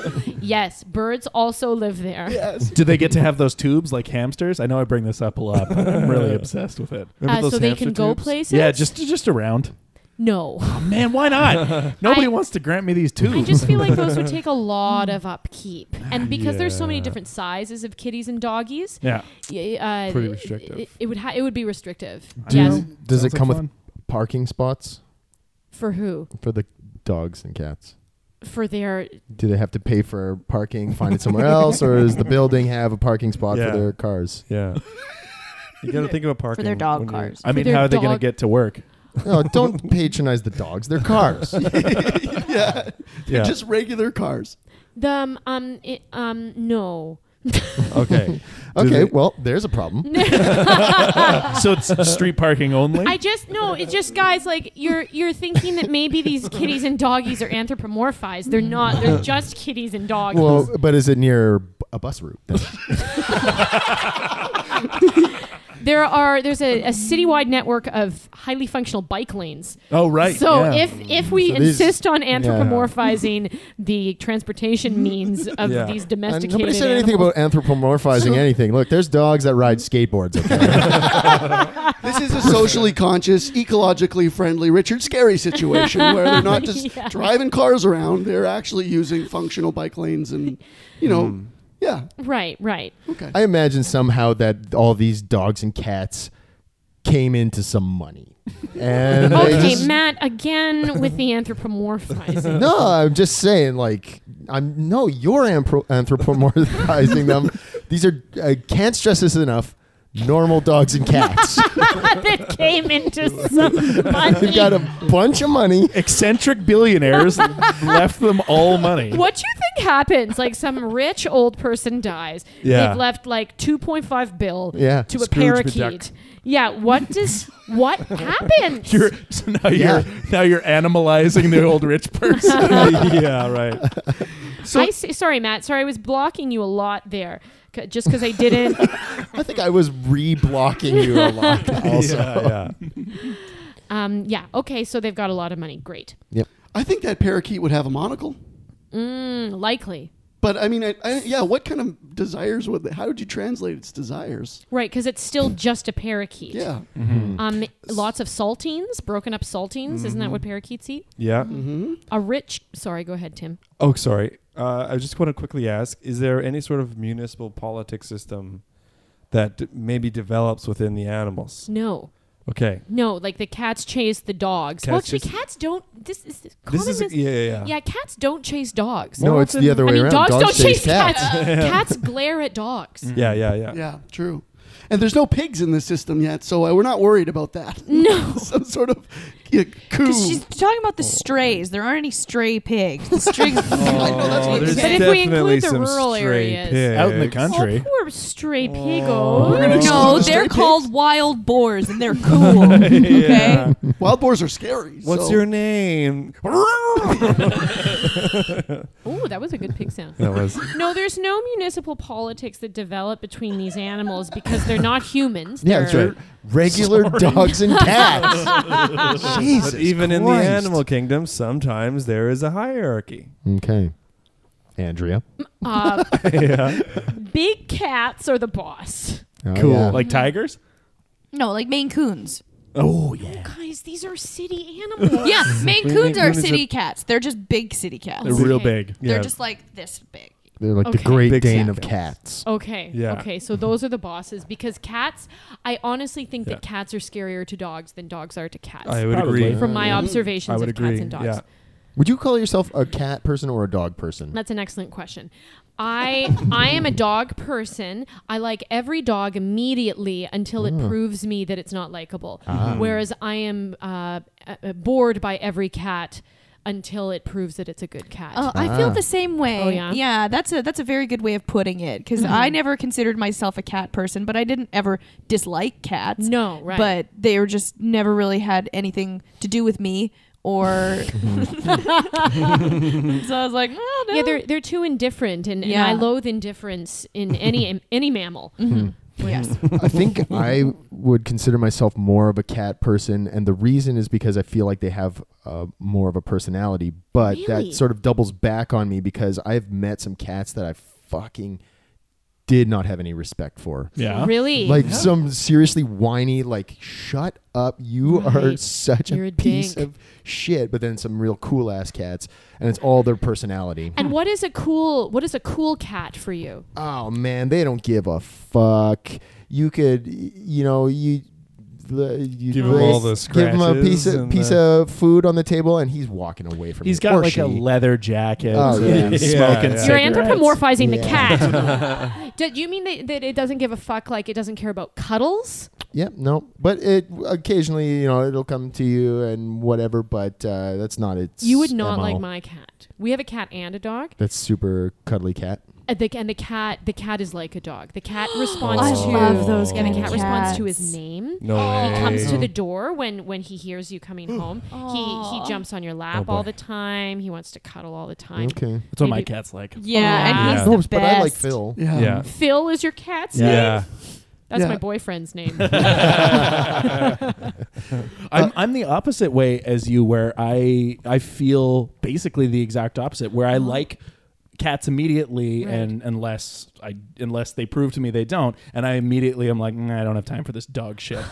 Speaker 6: Yes, birds also live there. Yes.
Speaker 10: Do they get to have those tubes like hamsters? I know I bring this up a lot. But I'm
Speaker 6: *laughs*
Speaker 10: really obsessed with it.
Speaker 6: Remember Uh, those so they can hamster go tubes? places?
Speaker 10: Yeah, just just around. Oh,
Speaker 6: No.
Speaker 10: man, why not? Nobody
Speaker 6: *laughs* I-
Speaker 10: wants to grant me these tubes.
Speaker 6: I just feel like those would take a lot of upkeep, and because there's so many
Speaker 10: Yeah.
Speaker 6: different sizes of kitties and doggies,
Speaker 10: *laughs* Yeah.
Speaker 6: y- uh,
Speaker 10: Pretty
Speaker 6: it-
Speaker 10: restrictive.
Speaker 6: It, it would ha- it would be restrictive.
Speaker 4: Do
Speaker 6: yes,
Speaker 4: you- does it
Speaker 10: Sounds like
Speaker 4: come with
Speaker 10: fun.
Speaker 4: parking spots
Speaker 6: for who?
Speaker 4: for the dogs and cats?
Speaker 6: For their
Speaker 4: Do they have to pay for parking, find it somewhere else, or does the building have a parking spot
Speaker 3: Yeah.
Speaker 4: for their cars?
Speaker 3: Yeah. *laughs* You got to think about parking
Speaker 8: their dog
Speaker 3: when you're-
Speaker 8: cars.
Speaker 10: I mean, how are they going to get to
Speaker 6: *laughs*
Speaker 10: work?
Speaker 4: No,
Speaker 3: *laughs*
Speaker 4: don't patronize the dogs. They're cars.
Speaker 5: yeah.
Speaker 10: Yeah.
Speaker 5: They're just regular cars.
Speaker 6: the um um, i um no.
Speaker 10: *laughs*
Speaker 8: *laughs*
Speaker 10: Okay.
Speaker 4: okay. Well, there's a problem.
Speaker 10: *laughs* so it's street parking only.
Speaker 6: Ah. I just no. It's just guys like you're you're thinking that maybe these kitties and doggies are anthropomorphized. They're
Speaker 10: *laughs*
Speaker 6: not. They're just kitties and doggies.
Speaker 4: Well, but is it near b- a bus route? then?
Speaker 6: there are there's a, a citywide network of highly functional bike lanes.
Speaker 10: Oh, right,
Speaker 6: So
Speaker 10: yeah.
Speaker 6: if if we
Speaker 4: So these-
Speaker 6: insist on
Speaker 4: yeah.
Speaker 6: anthropomorphizing the
Speaker 10: *laughs*
Speaker 6: transportation means of
Speaker 4: Yeah.
Speaker 3: *laughs*
Speaker 6: these
Speaker 4: And
Speaker 6: domesticated
Speaker 4: nobody said anything
Speaker 6: animals-
Speaker 4: about anthropomorphizing anything. Look, there's dogs that ride skateboards. Okay?
Speaker 6: *laughs*
Speaker 5: This is a socially conscious, ecologically friendly Richard Scary situation where they're not just
Speaker 6: *laughs* Yeah.
Speaker 5: driving cars around. They're actually using functional bike lanes and, you know,
Speaker 10: Hmm.
Speaker 5: yeah.
Speaker 6: Right, right.
Speaker 5: Okay.
Speaker 4: I imagine somehow that all these dogs and cats came into some money, and they
Speaker 6: okay,
Speaker 4: just-
Speaker 6: Matt, again with the anthropomorphizing. *laughs*
Speaker 4: No, I'm just saying, like, I'm no, you're anthro- anthropomorphizing them. These are I can't stress this enough. Normal dogs and
Speaker 6: *laughs*
Speaker 4: cats. *laughs*
Speaker 6: that came into
Speaker 5: *laughs*
Speaker 6: some
Speaker 4: They've got a
Speaker 6: money.
Speaker 4: bunch of money.
Speaker 10: Eccentric
Speaker 6: *laughs*
Speaker 10: billionaires left them all money.
Speaker 6: What do you think happens? Like some rich old person dies.
Speaker 10: Yeah.
Speaker 6: They've left like 2.5 bill
Speaker 10: Yeah.
Speaker 6: to
Speaker 10: Scrooge
Speaker 6: a
Speaker 10: McDuck.
Speaker 6: parakeet. Yeah, what does
Speaker 10: *laughs*
Speaker 6: what happens?
Speaker 10: You're, so now
Speaker 6: Yeah.
Speaker 10: you're now you're animalizing the old
Speaker 6: *laughs*
Speaker 10: rich person. yeah, right.
Speaker 6: I see, sorry, Matt. Sorry, I was blocking you a lot there. C- just because
Speaker 10: *laughs*
Speaker 6: I didn't.
Speaker 4: I think I was reblocking you a
Speaker 6: *laughs*
Speaker 4: lot. Also,
Speaker 3: Yeah,
Speaker 6: um, yeah. Okay. So they've got a lot of money. Great.
Speaker 5: I think that parakeet would have a monocle.
Speaker 6: Mm, likely.
Speaker 5: But I mean, I, I, yeah, what kind of desires would they, how would you translate its desires?
Speaker 6: Right, because it's still just a parakeet.
Speaker 5: Yeah.
Speaker 6: Um, lots of saltines, broken up saltines. Isn't that what parakeets eat?
Speaker 3: Yeah.
Speaker 6: A rich. Sorry, go ahead, Tim.
Speaker 3: Oh, sorry. Uh, I just want to quickly ask: Is there any sort of municipal politics system that d- maybe develops within the animals?
Speaker 6: No.
Speaker 3: Okay.
Speaker 6: No, like the cats chase the dogs. well,
Speaker 3: Cats
Speaker 6: actually,
Speaker 3: chase-
Speaker 6: cats don't. This is this
Speaker 3: This is-
Speaker 6: common mis-
Speaker 3: yeah, yeah, yeah.
Speaker 6: cats don't chase dogs.
Speaker 4: No, it's the other
Speaker 6: I
Speaker 4: way
Speaker 6: mean,
Speaker 4: around.
Speaker 6: Dogs,
Speaker 4: Dogs
Speaker 6: don't
Speaker 4: chase
Speaker 6: chase cats.
Speaker 4: cats.
Speaker 6: cats glare at dogs.
Speaker 3: Yeah, yeah, yeah.
Speaker 5: Yeah, true. And there's no pigs in this system yet, so uh, we're not worried about that. *laughs* No. Some sort of yeah, coup.
Speaker 8: Because she's talking about the strays. There aren't any stray pigs. The strays.
Speaker 3: *laughs*
Speaker 8: *laughs*
Speaker 3: Oh,
Speaker 8: but if
Speaker 3: there's
Speaker 8: we
Speaker 3: definitely
Speaker 8: include the
Speaker 3: some
Speaker 8: rural
Speaker 3: stray
Speaker 8: areas,
Speaker 3: pigs.
Speaker 10: Out in the country.
Speaker 6: Oh, poor stray pigos.
Speaker 8: no, they're called wild boars, and they're cool. Okay.
Speaker 3: Yeah.
Speaker 5: Wild boars are scary.
Speaker 3: What's
Speaker 5: so-
Speaker 3: your name?
Speaker 6: Oh, that was a good pig
Speaker 3: *laughs*
Speaker 6: sound.
Speaker 3: That was-
Speaker 6: No, there's no municipal politics that develop between these animals because they're not humans.
Speaker 4: yeah,
Speaker 6: they're
Speaker 4: they're regular dogs and cats. Jesus,
Speaker 3: but even in the
Speaker 4: Christ.
Speaker 3: animal kingdom, sometimes there is a hierarchy.
Speaker 4: Okay, Andrea.
Speaker 6: uh,
Speaker 3: *laughs* yeah.
Speaker 6: big cats are the boss.
Speaker 4: Oh,
Speaker 10: cool.
Speaker 4: yeah.
Speaker 10: Like tigers?
Speaker 8: No, like Maine Coons.
Speaker 10: Oh yeah.
Speaker 6: Guys, these are city
Speaker 3: *laughs*
Speaker 6: animals.
Speaker 8: Yeah, Maine
Speaker 3: Maine
Speaker 8: Coons are
Speaker 3: Coons are-
Speaker 8: city cats. They're just big city cats.
Speaker 10: They're real big.
Speaker 8: They're
Speaker 3: Yeah.
Speaker 8: just like this big.
Speaker 4: They're like
Speaker 6: Okay.
Speaker 4: the Great
Speaker 3: Big
Speaker 4: Dane
Speaker 3: cat.
Speaker 4: of cats.
Speaker 6: Okay.
Speaker 3: Yeah.
Speaker 6: Okay. So those are the bosses because cats. I honestly think that
Speaker 3: Yeah.
Speaker 6: cats are scarier to dogs than dogs are to cats.
Speaker 3: I would
Speaker 10: Probably.
Speaker 3: agree.
Speaker 6: From my
Speaker 3: Mhm.
Speaker 6: observations
Speaker 3: I would
Speaker 6: of
Speaker 3: agree.
Speaker 6: cats and dogs.
Speaker 3: Yeah.
Speaker 4: Would you call yourself a cat person or a dog person?
Speaker 6: That's an excellent question. I I am a dog person. I like every dog immediately until
Speaker 8: Mm.
Speaker 6: it proves me that it's not likable.
Speaker 8: Ah.
Speaker 6: Whereas I am uh, uh, bored by every cat until it proves that it's a good cat.
Speaker 8: Oh, I feel
Speaker 4: Ah.
Speaker 8: the same way.
Speaker 6: Oh, yeah? Mm-hmm.
Speaker 8: that's a that's a very good way of putting it because I never considered myself a cat person, but I didn't ever dislike cats.
Speaker 6: No, right.
Speaker 8: But they were just never really had anything to do with me
Speaker 4: *laughs*
Speaker 8: or *laughs* So I was like, oh, no.
Speaker 6: yeah, they're they're too indifferent, and, and I
Speaker 8: Yeah. *laughs* Mm-hmm.
Speaker 6: loathe indifference in any any mammal.
Speaker 8: Yes.
Speaker 4: I think I would consider myself more of a cat person, and the reason is because I feel like they have uh, more of a personality. But
Speaker 12: Really?
Speaker 4: that sort of doubles back on me because I've met some cats that I fucking did not have any respect for.
Speaker 10: Yeah.
Speaker 12: Really?
Speaker 4: Like
Speaker 12: Yeah.
Speaker 4: some seriously whiny, like shut up, you are
Speaker 12: Right.
Speaker 4: such
Speaker 12: You're
Speaker 4: a
Speaker 12: a
Speaker 4: piece
Speaker 12: dink."
Speaker 4: of shit. But then some real cool ass cats, and it's all their personality.
Speaker 12: And what is a cool what is a cool cat for you?
Speaker 4: Oh man, they don't give a fuck. You could, you know, you. the- You
Speaker 3: Give him
Speaker 4: lay-
Speaker 3: all the
Speaker 4: give him a piece
Speaker 3: scratches
Speaker 4: of
Speaker 3: and
Speaker 4: piece
Speaker 3: the-
Speaker 4: of food on the table, and he's walking away from.
Speaker 10: He's
Speaker 4: you.
Speaker 10: got
Speaker 4: Or
Speaker 10: like
Speaker 4: she.
Speaker 10: a leather jacket.
Speaker 4: Oh,
Speaker 10: and
Speaker 4: yeah.
Speaker 10: he's
Speaker 4: Yeah,
Speaker 10: smoking
Speaker 4: yeah.
Speaker 6: You're
Speaker 10: cigarettes.
Speaker 6: anthropomorphizing
Speaker 4: Yeah.
Speaker 10: *laughs*
Speaker 6: the *laughs* cat. Do you mean that, that it doesn't give a fuck? Like it doesn't care about cuddles?
Speaker 4: Yeah, no, but it occasionally, you know, it'll come to you and whatever. But uh, that's not its.
Speaker 6: You would not
Speaker 4: MO.
Speaker 6: like my cat. We have a cat and a dog.
Speaker 4: That's super cuddly cat.
Speaker 6: And the, and the cat, the cat is like a dog.
Speaker 12: *gasps*
Speaker 6: The cat responds
Speaker 12: I
Speaker 6: to.
Speaker 12: love those
Speaker 6: And the
Speaker 12: kind
Speaker 6: cat
Speaker 12: of
Speaker 6: responds to his
Speaker 12: cats.
Speaker 6: name.
Speaker 3: No
Speaker 6: He comes to
Speaker 3: way.
Speaker 6: the door when when he hears you
Speaker 10: *gasps*
Speaker 6: coming home. he he jumps on your lap
Speaker 10: Oh, boy.
Speaker 6: all the time. He wants to cuddle all the time.
Speaker 4: Okay.
Speaker 10: That's what my
Speaker 6: Maybe-
Speaker 10: cat's like.
Speaker 6: *laughs* Yeah, and he's
Speaker 4: No,
Speaker 6: the
Speaker 4: but I like
Speaker 6: best. *laughs*
Speaker 4: Phil.
Speaker 10: Yeah. Yeah.
Speaker 6: Phil is your cat's
Speaker 10: Yeah.
Speaker 6: name.
Speaker 10: Yeah.
Speaker 6: That's
Speaker 10: Yeah.
Speaker 6: my
Speaker 10: *laughs*
Speaker 6: boyfriend's name.
Speaker 10: I'm, I'm the opposite way as you, where I I feel basically the exact opposite, where I
Speaker 6: Oh.
Speaker 10: like cats immediately,
Speaker 12: Right.
Speaker 10: and unless I unless they prove to me they don't, and I immediately am like, "Mm, I don't have time for this dog
Speaker 6: *laughs*
Speaker 10: shit,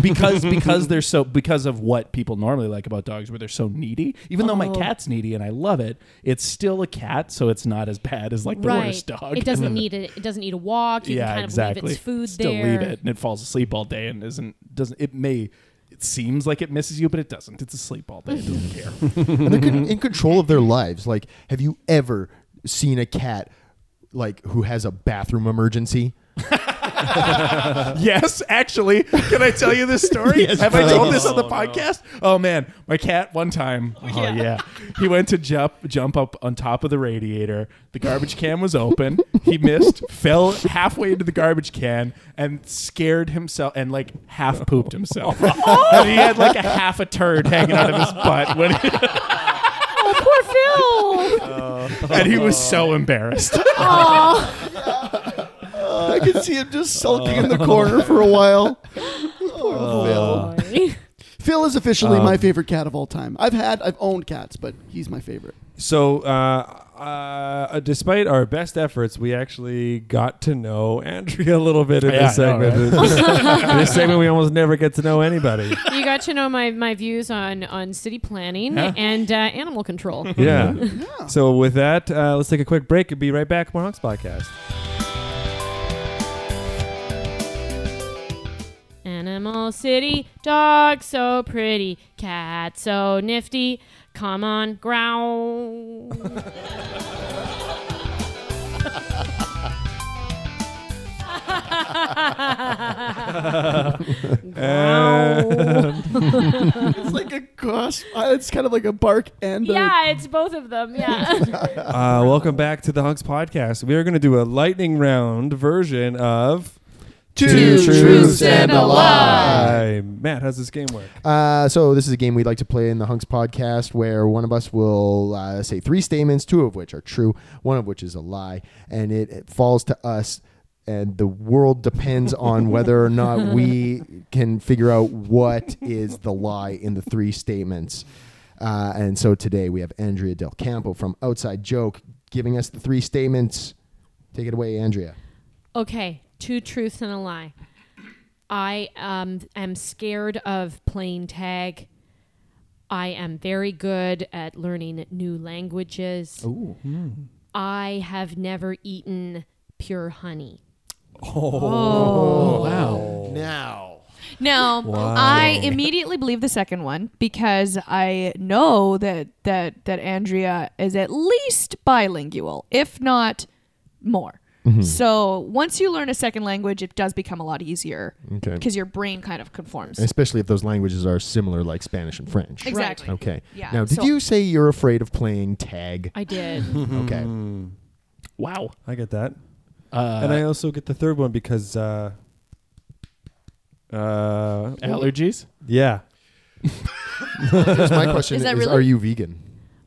Speaker 10: because because they're so because of what people normally like about dogs, where they're so needy. Even though my
Speaker 6: Oh.
Speaker 10: cat's needy and I love it, it's still a cat, so it's not as bad as like the worst dog. *laughs*
Speaker 6: It doesn't need a, it doesn't need a walk. You
Speaker 10: yeah,
Speaker 6: can kind of
Speaker 10: exactly.
Speaker 6: leave its food
Speaker 10: Still
Speaker 6: there.
Speaker 10: leave it, and it falls asleep all day, and isn't doesn't it may it seems like it misses you, but it doesn't. It's asleep all day. It
Speaker 6: *laughs*
Speaker 10: doesn't care.
Speaker 4: and they're con- in control of their lives. Like, have you ever seen a cat like who has a bathroom emergency?
Speaker 10: *laughs* yes, actually, can I tell you this
Speaker 3: *laughs*
Speaker 10: story?
Speaker 4: Yes,
Speaker 10: Have I told this on the
Speaker 4: please.
Speaker 10: podcast? Oh man, my cat one time. Oh yeah, he went to jump jump up on top of the radiator. The garbage can was open. He missed, *laughs* fell halfway into the garbage can, and scared himself and like half pooped
Speaker 3: *laughs*
Speaker 10: himself.
Speaker 3: Oh.
Speaker 10: *laughs* and he had like a half a turd hanging out of his butt when. He- *laughs*
Speaker 12: Oh, poor Phil.
Speaker 10: and he was so embarrassed.
Speaker 12: Aw.
Speaker 4: I could see him just sulking in the corner for a while. Poor Phil.
Speaker 5: Phil is officially
Speaker 3: Um,
Speaker 5: my favorite cat of all time. I've had, I've owned cats, but he's my favorite.
Speaker 3: So, uh, uh, despite our best efforts, we actually got to know Andrea a little bit in
Speaker 10: Yeah,
Speaker 3: this
Speaker 10: I know,
Speaker 3: segment.
Speaker 10: right? *laughs*
Speaker 3: *laughs* this, this segment, we almost never get to know anybody.
Speaker 6: *laughs* You got to know my, my views on, on city planning
Speaker 3: Yeah.
Speaker 6: and uh, animal control.
Speaker 3: Yeah. So, with that, uh, let's take a quick break and be right back. More Honks Podcast.
Speaker 6: Animal City, dog so pretty, cat so nifty. Come on, growl. *laughs*
Speaker 5: it's like a gosh, *laughs* it's kind of like a bark and
Speaker 6: yeah, it's both of them. Yeah.
Speaker 3: *laughs* Uh, welcome back to the Honks Podcast. We are going to do a lightning round version of
Speaker 5: Two Truths and a Lie.
Speaker 3: Matt, how's this game work?
Speaker 4: Uh, so this is a game we'd like to play in the Hunks podcast, where one of us will uh, say three statements, two of which are true, one of which is a lie, and it, it falls to us. And the world depends on whether or not we can figure out what is the lie in the three statements. Uh, and so today we have Andrea Del Campo from Outside Joke giving us the three statements. Take it away, Andrea.
Speaker 6: okay, two truths and a lie. I um, am scared of playing tag. I am very good at learning new languages.
Speaker 12: Ooh.
Speaker 4: hmm.
Speaker 6: I have never eaten pure honey.
Speaker 8: Oh.
Speaker 10: wow.
Speaker 4: Now.
Speaker 8: Now,
Speaker 12: Wow.
Speaker 8: I immediately believe the second one because I know that that that Andrea is at least bilingual, if not more.
Speaker 3: Mm-hmm.
Speaker 12: Mhm.
Speaker 8: So once you learn a second language, it does become a lot easier
Speaker 3: Mm-hmm.
Speaker 4: Okay.
Speaker 8: because your brain kind of conforms.
Speaker 4: Especially if those languages are similar, like Spanish and French.
Speaker 8: Exactly.
Speaker 4: Okay.
Speaker 8: Yeah,
Speaker 4: Now, did
Speaker 8: so-
Speaker 4: you say you're afraid of playing tag? *laughs*
Speaker 6: I did.
Speaker 4: okay.
Speaker 10: Wow.
Speaker 3: I get that.
Speaker 10: Uh,
Speaker 3: and I also get the third one because. Uh, uh,
Speaker 10: Allergies?
Speaker 3: Yeah. *laughs*
Speaker 4: That's my question.
Speaker 8: Is
Speaker 4: Is,
Speaker 8: that really-
Speaker 4: Are you vegan?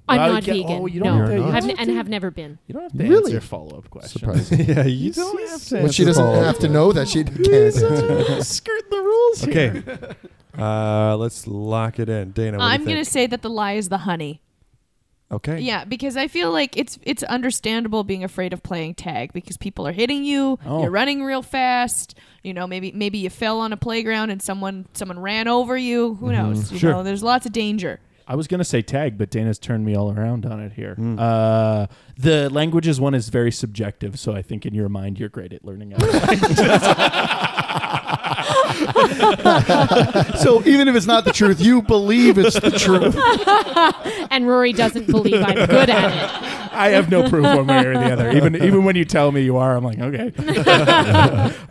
Speaker 6: I'm
Speaker 10: Well,
Speaker 6: not
Speaker 10: you
Speaker 6: vegan.
Speaker 10: Oh, you
Speaker 6: no,
Speaker 10: don't have to- you
Speaker 6: Have
Speaker 10: don't
Speaker 6: n- and have never been.
Speaker 10: You don't have
Speaker 6: to.
Speaker 10: to answer follow-up questions.
Speaker 5: *laughs*
Speaker 4: Surprising.
Speaker 3: yeah, you don't have to.
Speaker 4: Well, she doesn't have to know
Speaker 6: *laughs*
Speaker 4: that she
Speaker 10: *laughs*
Speaker 4: can't.
Speaker 10: Skirt the rules
Speaker 3: Okay. Uh, let's lock it in. Dana, what do you
Speaker 8: I'm gonna
Speaker 3: think?
Speaker 8: say that the lie is the honey.
Speaker 3: Okay.
Speaker 8: Yeah, because I feel like it's it's understandable being afraid of playing tag because people are hitting you.
Speaker 10: Oh.
Speaker 8: You're running real fast. You know, maybe maybe you fell on a playground and someone someone ran over you. Who
Speaker 10: Mhm.
Speaker 8: knows? You
Speaker 10: Sure.
Speaker 8: know, there's lots of danger.
Speaker 10: I was going to say tag, but Dana's turned me all around on it here. Uh, the languages one is very subjective, so I think in your mind you're great at learning other
Speaker 4: *laughs*
Speaker 10: *laughs* languages.
Speaker 5: so even if it's not the truth, you believe it's the *laughs* truth.
Speaker 6: and Rory doesn't
Speaker 4: *laughs*
Speaker 6: believe I'm good at it.
Speaker 10: I have no proof one way or the *laughs* other. Even even when you tell me you are, I'm like, *laughs* okay.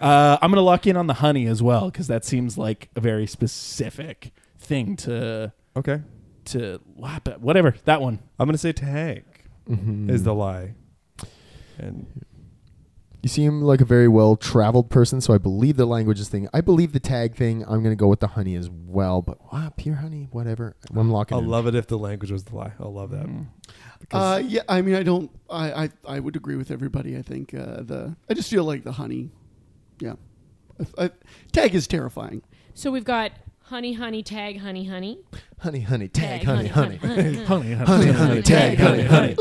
Speaker 10: uh, I'm gonna lock in on the honey as well because that seems like a very specific thing to
Speaker 3: okay
Speaker 10: to lap at whatever that one.
Speaker 3: I'm gonna say tag
Speaker 10: Mm-hmm.
Speaker 3: is the lie. And
Speaker 4: You seem like a very well traveled person, so I believe the languages thing. I believe the tag thing. I'm going to go with the honey as well, but wow, pure honey, whatever. I'm locking
Speaker 3: I'll
Speaker 4: in.
Speaker 3: love it if the language was the lie. I'll love that.
Speaker 10: Mm-hmm.
Speaker 5: Uh, yeah, I mean, I don't. I, I I would agree with everybody. I think uh, the. I just feel like the honey. Yeah, I, I- tag is terrifying.
Speaker 6: So we've got honey, honey, tag, honey, honey.
Speaker 4: Honey, honey, tag,
Speaker 6: Tag,
Speaker 4: honey, honey.
Speaker 6: honey, honey.
Speaker 4: honey, honey, tag, honey, honey.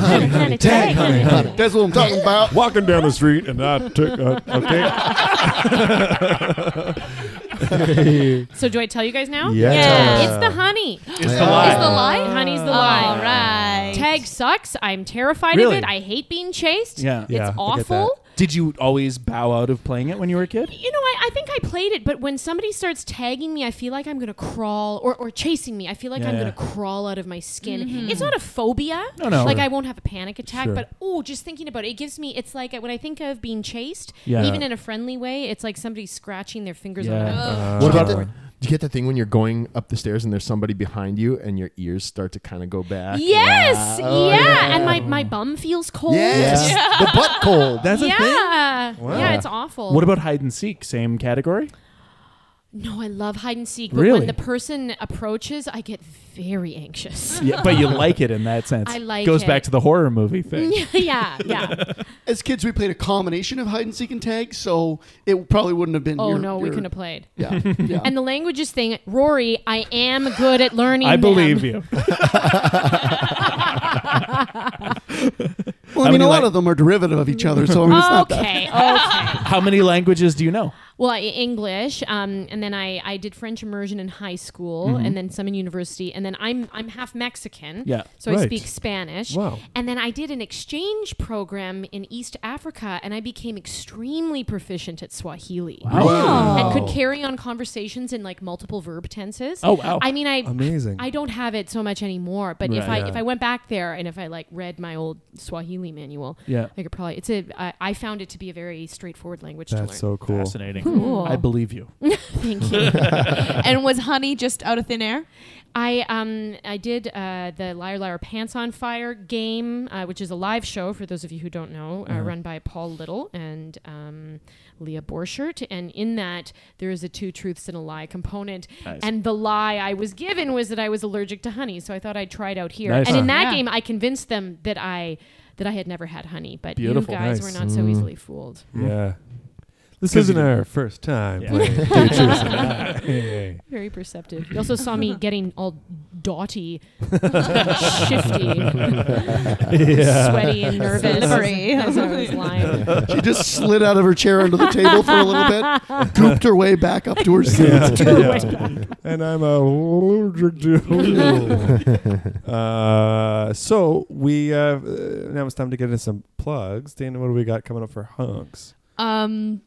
Speaker 6: Honey, honey, tag, honey, honey.
Speaker 5: That's what I'm talking about.
Speaker 3: Walking down the street, and I took uh,
Speaker 10: *laughs*
Speaker 3: okay.
Speaker 6: So do I tell you guys now?
Speaker 3: Yeah. Yeah.
Speaker 6: It's the honey.
Speaker 3: It's the Yeah. lie. It's the
Speaker 6: lie? Honey's the lie.
Speaker 8: All right.
Speaker 6: Tag sucks. I'm terrified
Speaker 10: Really?
Speaker 6: of it. I hate being chased.
Speaker 10: Yeah,
Speaker 6: It's awful.
Speaker 10: Did you always bow out of playing it when you were a kid?
Speaker 6: You know, I, I think I played it, but when somebody starts tagging me, I feel like I'm going to crawl or, or chasing me. I feel like
Speaker 10: Yeah,
Speaker 6: I'm
Speaker 10: yeah.
Speaker 6: going to crawl out of my skin.
Speaker 8: Mm-hmm.
Speaker 10: Mhm.
Speaker 6: It's not a phobia.
Speaker 10: No, no.
Speaker 6: Like
Speaker 10: Sure.
Speaker 6: I won't have a panic attack,
Speaker 10: Sure.
Speaker 6: but oh, just thinking about it, it gives me, it's like when I think of being chased,
Speaker 4: Yeah.
Speaker 6: even in a friendly way, it's like somebody scratching their fingers on
Speaker 4: Yeah.
Speaker 6: my
Speaker 4: Uh, what about that? Do you get that thing when you're going up the stairs and there's somebody behind you and your ears start to kind of go back?
Speaker 6: Yes,
Speaker 4: Yeah. Oh,
Speaker 6: yeah. and my, my bum feels cold.
Speaker 4: Yes.
Speaker 6: Yeah.
Speaker 4: The butt cold.
Speaker 10: That's a
Speaker 6: yeah.
Speaker 10: thing.
Speaker 6: Yeah, it's awful.
Speaker 10: What about hide and seek? Same category.
Speaker 6: No, I love hide and seek, but
Speaker 10: Really?
Speaker 6: when the person approaches, I get very
Speaker 10: *laughs*
Speaker 6: anxious. *laughs*
Speaker 10: Yeah, but you like it in that sense.
Speaker 6: I like
Speaker 10: Goes
Speaker 6: it.
Speaker 10: back to the horror movie thing.
Speaker 6: *laughs* yeah,
Speaker 10: *laughs*
Speaker 6: yeah.
Speaker 5: As kids, we played a combination of hide and seek and tag, so it probably wouldn't have been.
Speaker 6: Oh
Speaker 5: your-
Speaker 6: no, we
Speaker 5: your-
Speaker 6: couldn't have played.
Speaker 5: Yeah,
Speaker 4: *laughs*
Speaker 5: yeah.
Speaker 6: And the languages thing, Rory, I am good at learning.
Speaker 10: I
Speaker 6: them.
Speaker 10: believe you.
Speaker 5: Well, I mean, a lot of them are derivative of each other, so I mean,
Speaker 6: Oh.
Speaker 5: it's not that.
Speaker 6: okay, okay.
Speaker 10: How many languages do you know?
Speaker 6: Well, I, English, um, and then I, I did French immersion in high school,
Speaker 3: Mm-hmm.
Speaker 10: Mhm.
Speaker 6: and then some in university, and then I'm I'm half Mexican.
Speaker 10: Yeah.
Speaker 6: So I
Speaker 10: Right.
Speaker 6: speak Spanish.
Speaker 10: Wow.
Speaker 6: And then I did an exchange program in East Africa, and I became extremely proficient at Swahili.
Speaker 3: Wow. Wow.
Speaker 6: And could carry on conversations in like multiple verb tenses.
Speaker 3: Oh, wow.
Speaker 6: I mean, I
Speaker 3: Amazing.
Speaker 6: I don't have it so much anymore, but if I
Speaker 3: Right.
Speaker 6: if I went back there and if I like read my old Swahili manual,
Speaker 10: Yeah.
Speaker 6: I could probably it's a I, I found it to be a very straightforward language to learn.
Speaker 3: That's so cool.
Speaker 10: Fascinating.
Speaker 8: Hmm.
Speaker 6: Cool.
Speaker 10: I believe you.
Speaker 6: Thank you.
Speaker 8: and was honey just out of thin air?
Speaker 6: I um I did uh, the Liar Liar Pants on Fire game, uh, which is a live show for those of you who don't know, uh,
Speaker 12: Uh-huh.
Speaker 6: run by Paul Little and um, Leah Borchert. And in that, there is a two truths and a lie component.
Speaker 12: Nice.
Speaker 6: And the lie I was given was that I was allergic to honey, so I thought I'd try it out here.
Speaker 12: Nice.
Speaker 6: And in
Speaker 12: Huh.
Speaker 3: Uh-huh.
Speaker 6: that
Speaker 12: Yeah.
Speaker 6: game, I convinced them that I that I had never had honey, but
Speaker 3: Beautiful.
Speaker 6: you guys
Speaker 3: Nice.
Speaker 6: were not so
Speaker 3: Mm.
Speaker 6: easily fooled.
Speaker 3: Yeah. This
Speaker 10: 'Cause
Speaker 3: isn't
Speaker 10: you-
Speaker 3: our first time
Speaker 10: Mm-hmm. Yeah. *laughs*
Speaker 3: playing. Two truths and a
Speaker 6: *laughs*
Speaker 3: lie.
Speaker 6: Very perceptive. You also saw me getting all
Speaker 3: *laughs*
Speaker 6: doughty, shifty,
Speaker 3: *laughs* Yeah.
Speaker 6: sweaty, and
Speaker 3: *laughs*
Speaker 6: nervous.
Speaker 8: Slippery.
Speaker 6: As I was lying.
Speaker 5: She just slid out of her chair under the table for a little
Speaker 6: *laughs*
Speaker 5: bit, gooped her way back up to her seat.
Speaker 4: *laughs*
Speaker 3: Yeah. Yeah. and I'm allergic to. uh, so we uh, uh, now it's time to get into some plugs. Dana, what do we got coming up for hunks?
Speaker 8: Um,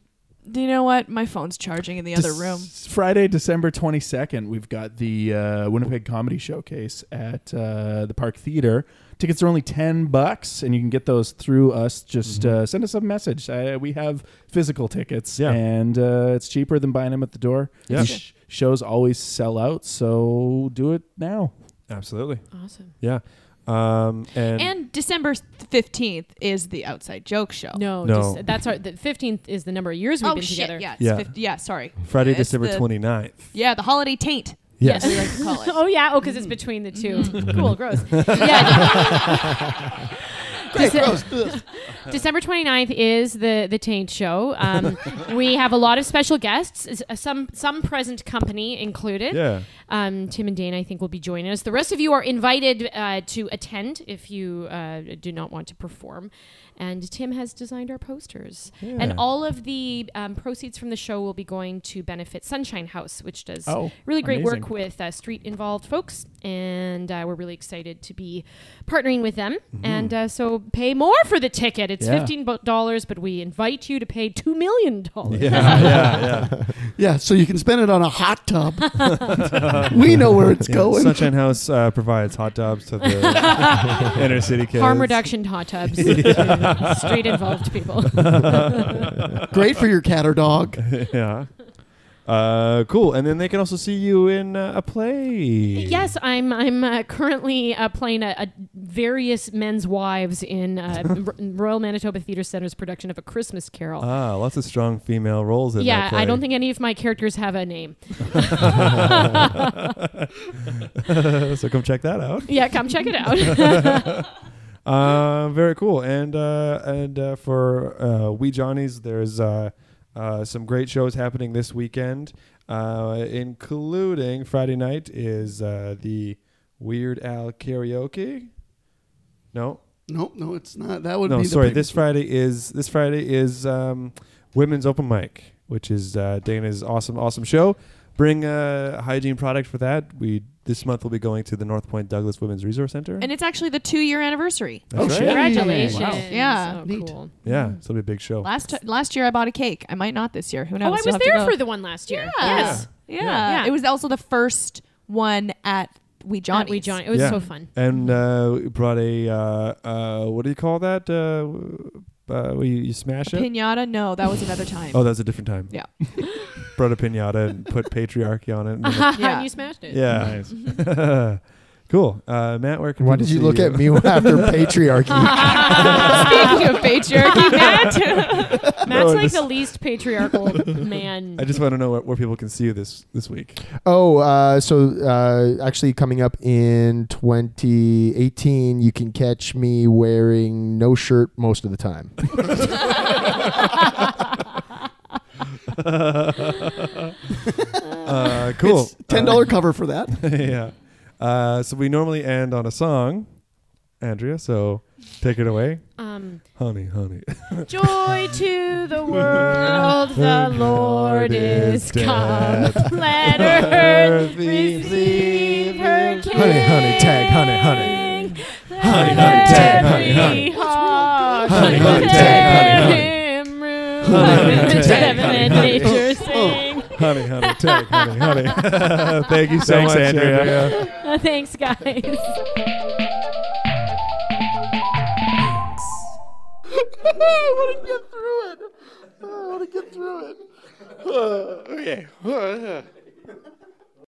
Speaker 8: do you know what? My phone's charging in the other room.
Speaker 10: It's Friday, December 22nd, we've got the uh, Winnipeg Comedy Showcase at uh, the Park Theater. Tickets are only 10 bucks, and you can get those through us. Just uh, send us a message. Uh, we have physical tickets, and uh, it's cheaper than buying them at the door.
Speaker 3: Yeah.
Speaker 10: These Sh- shows always sell out, so do it now.
Speaker 3: Absolutely.
Speaker 6: Awesome.
Speaker 3: Yeah. Um, and,
Speaker 8: And December fifteenth is the outside joke show.
Speaker 6: No,
Speaker 3: No.
Speaker 6: Just, that's our. The fifteenth is the number of years we've
Speaker 8: oh
Speaker 6: been
Speaker 8: shit!
Speaker 6: together.
Speaker 8: Yeah, it's
Speaker 3: Yeah.
Speaker 8: yeah. yeah, sorry.
Speaker 3: Friday,
Speaker 8: It's
Speaker 6: *laughs*
Speaker 3: December
Speaker 8: the-
Speaker 3: 29th.
Speaker 8: Yeah, the holiday taint.
Speaker 4: Yes.
Speaker 12: we like to call it.
Speaker 6: oh yeah. Oh, because it's between the two. *laughs* cool. Gross.
Speaker 12: Yeah.
Speaker 5: Great,
Speaker 6: Dece-
Speaker 5: gross,
Speaker 6: *laughs*
Speaker 5: ugh.
Speaker 6: December 29th is the the Taint Show. Um, we have a lot of special guests, s- uh, some some present company included.
Speaker 12: Yeah.
Speaker 6: Um, Tim and Dane, I think, will be joining us. The rest of you are invited uh, to attend if you uh, do not want to perform. And Tim has designed our posters, and
Speaker 12: Yeah.
Speaker 6: all of the um, proceeds from the show will be going to benefit Sunshine House, which does
Speaker 12: Oh,
Speaker 6: really great
Speaker 12: amazing.
Speaker 6: work with uh, street involved folks, and uh, we're really excited to be partnering with them.
Speaker 12: Mm-hmm.
Speaker 6: And uh, so, pay more for the ticket. It's
Speaker 5: Yeah.
Speaker 6: fifteen dollars, but we invite you to pay two million dollars.
Speaker 3: yeah,
Speaker 5: yeah. So you can spend it on a hot
Speaker 3: *laughs*
Speaker 5: tub. we know where it's
Speaker 3: Yeah,
Speaker 5: going.
Speaker 3: Sunshine House uh, provides hot tubs to the
Speaker 6: *laughs*
Speaker 3: inner city kids. *laughs*
Speaker 6: Harm reduction
Speaker 12: *laughs*
Speaker 6: hot tubs,
Speaker 3: Yeah.
Speaker 6: street involved people.
Speaker 5: Great for your cat or dog.
Speaker 3: yeah. *laughs* Uh, cool. And then they can also see you in uh, a play.
Speaker 6: Yes, I'm. I'm uh, currently uh, playing a, a various men's wives in
Speaker 4: *laughs*
Speaker 6: uh, R- Royal Manitoba Theatre Center's production of A Christmas
Speaker 4: Oh,
Speaker 6: Carol.
Speaker 3: Ah, lots of strong female roles in
Speaker 6: yeah,
Speaker 3: that
Speaker 6: I
Speaker 3: play.
Speaker 6: don't think any of my characters have a name.
Speaker 3: *laughs* so come check that out.
Speaker 6: Yeah, come check it
Speaker 4: *laughs*
Speaker 6: out.
Speaker 3: uh, very cool. And uh, and uh, for uh, we Johnnies, there's uh, uh, some great shows happening this weekend, uh, including Friday night is uh, the Weird Al karaoke. No,
Speaker 5: Nope, no, it's not. That would
Speaker 3: no,
Speaker 5: be the
Speaker 3: sorry.
Speaker 5: big-
Speaker 3: This Friday is this Friday is um, women's open mic, which is uh, Dana's awesome, awesome show. Bring a hygiene product for that. We this month we'll be going to the North Point Douglas Women's Resource Center.
Speaker 5: Mm.
Speaker 8: And it's actually the two year anniversary.
Speaker 3: That's Oh, right. shit.
Speaker 6: Congratulations.
Speaker 3: Wow.
Speaker 8: Yeah.
Speaker 6: Oh, cool.
Speaker 3: yeah, so it'll be a big show.
Speaker 8: Last last year I bought a cake. I might not this year. Who knows?
Speaker 6: Oh, I
Speaker 8: We'll
Speaker 6: was
Speaker 8: have to
Speaker 6: there
Speaker 8: go.
Speaker 6: for the one last year.
Speaker 8: Yeah.
Speaker 6: Yes.
Speaker 8: Yeah.
Speaker 6: Yeah.
Speaker 8: It was also the first one at We Johnny.
Speaker 6: We Johnny- it was
Speaker 3: Yeah.
Speaker 6: so fun.
Speaker 3: And
Speaker 5: Mm.
Speaker 3: uh, we brought a uh, uh, what do you call that? Uh, uh, where you, you smash it.
Speaker 8: Pinata? No, that was another time.
Speaker 3: Oh, that was a different time.
Speaker 8: Yeah.
Speaker 3: *laughs* brought a pinata and put patriarchy on it.
Speaker 5: *laughs*
Speaker 3: and-
Speaker 6: you smashed it.
Speaker 3: Yeah. *laughs* cool. Uh, Matt, where can
Speaker 4: Why
Speaker 3: people
Speaker 4: did you
Speaker 3: see
Speaker 4: look at me *laughs* after patriarchy?
Speaker 6: *laughs* Speaking
Speaker 3: *laughs*
Speaker 6: of patriarchy, Matt. Matt's
Speaker 3: No,
Speaker 4: Oh,
Speaker 3: I
Speaker 6: like
Speaker 3: just-
Speaker 6: the
Speaker 3: *laughs*
Speaker 6: least patriarchal man.
Speaker 3: I just want to know where, where people can see you this this week.
Speaker 4: *laughs*
Speaker 6: *laughs*
Speaker 3: *laughs*
Speaker 4: Oh, uh, so uh, actually, coming up in 2018, you can catch me wearing no shirt most of the time.
Speaker 3: uh, cool.
Speaker 5: It's $10
Speaker 3: Uh,
Speaker 5: cover for *laughs*
Speaker 3: *laughs*
Speaker 5: that.
Speaker 3: yeah. Uh, so we normally end on a song, Andrea. So take it away.
Speaker 6: Um,
Speaker 3: honey, honey.
Speaker 6: Joy to
Speaker 4: *laughs*
Speaker 6: the world, the Lord is come.
Speaker 3: *laughs*
Speaker 6: Let earth receive her King.
Speaker 4: honey, honey, tag, honey, honey.
Speaker 6: Honey,
Speaker 4: honey, tag, honey,
Speaker 6: Every
Speaker 4: honey.
Speaker 6: heart
Speaker 4: Honey, honey, tag, honey, honey.
Speaker 6: bear him room.
Speaker 3: Honey, honey, tag, honey,
Speaker 6: Heaven and
Speaker 3: honey.
Speaker 6: nature
Speaker 3: Oh,
Speaker 6: sing.
Speaker 3: honey, honey, tag, honey, honey. Thank you so
Speaker 10: Thanks,
Speaker 3: much,
Speaker 10: Andrea.
Speaker 3: Andrea.
Speaker 6: Uh, Thanks, guys.
Speaker 5: I want to get through it. I want to get through it. Uh, okay.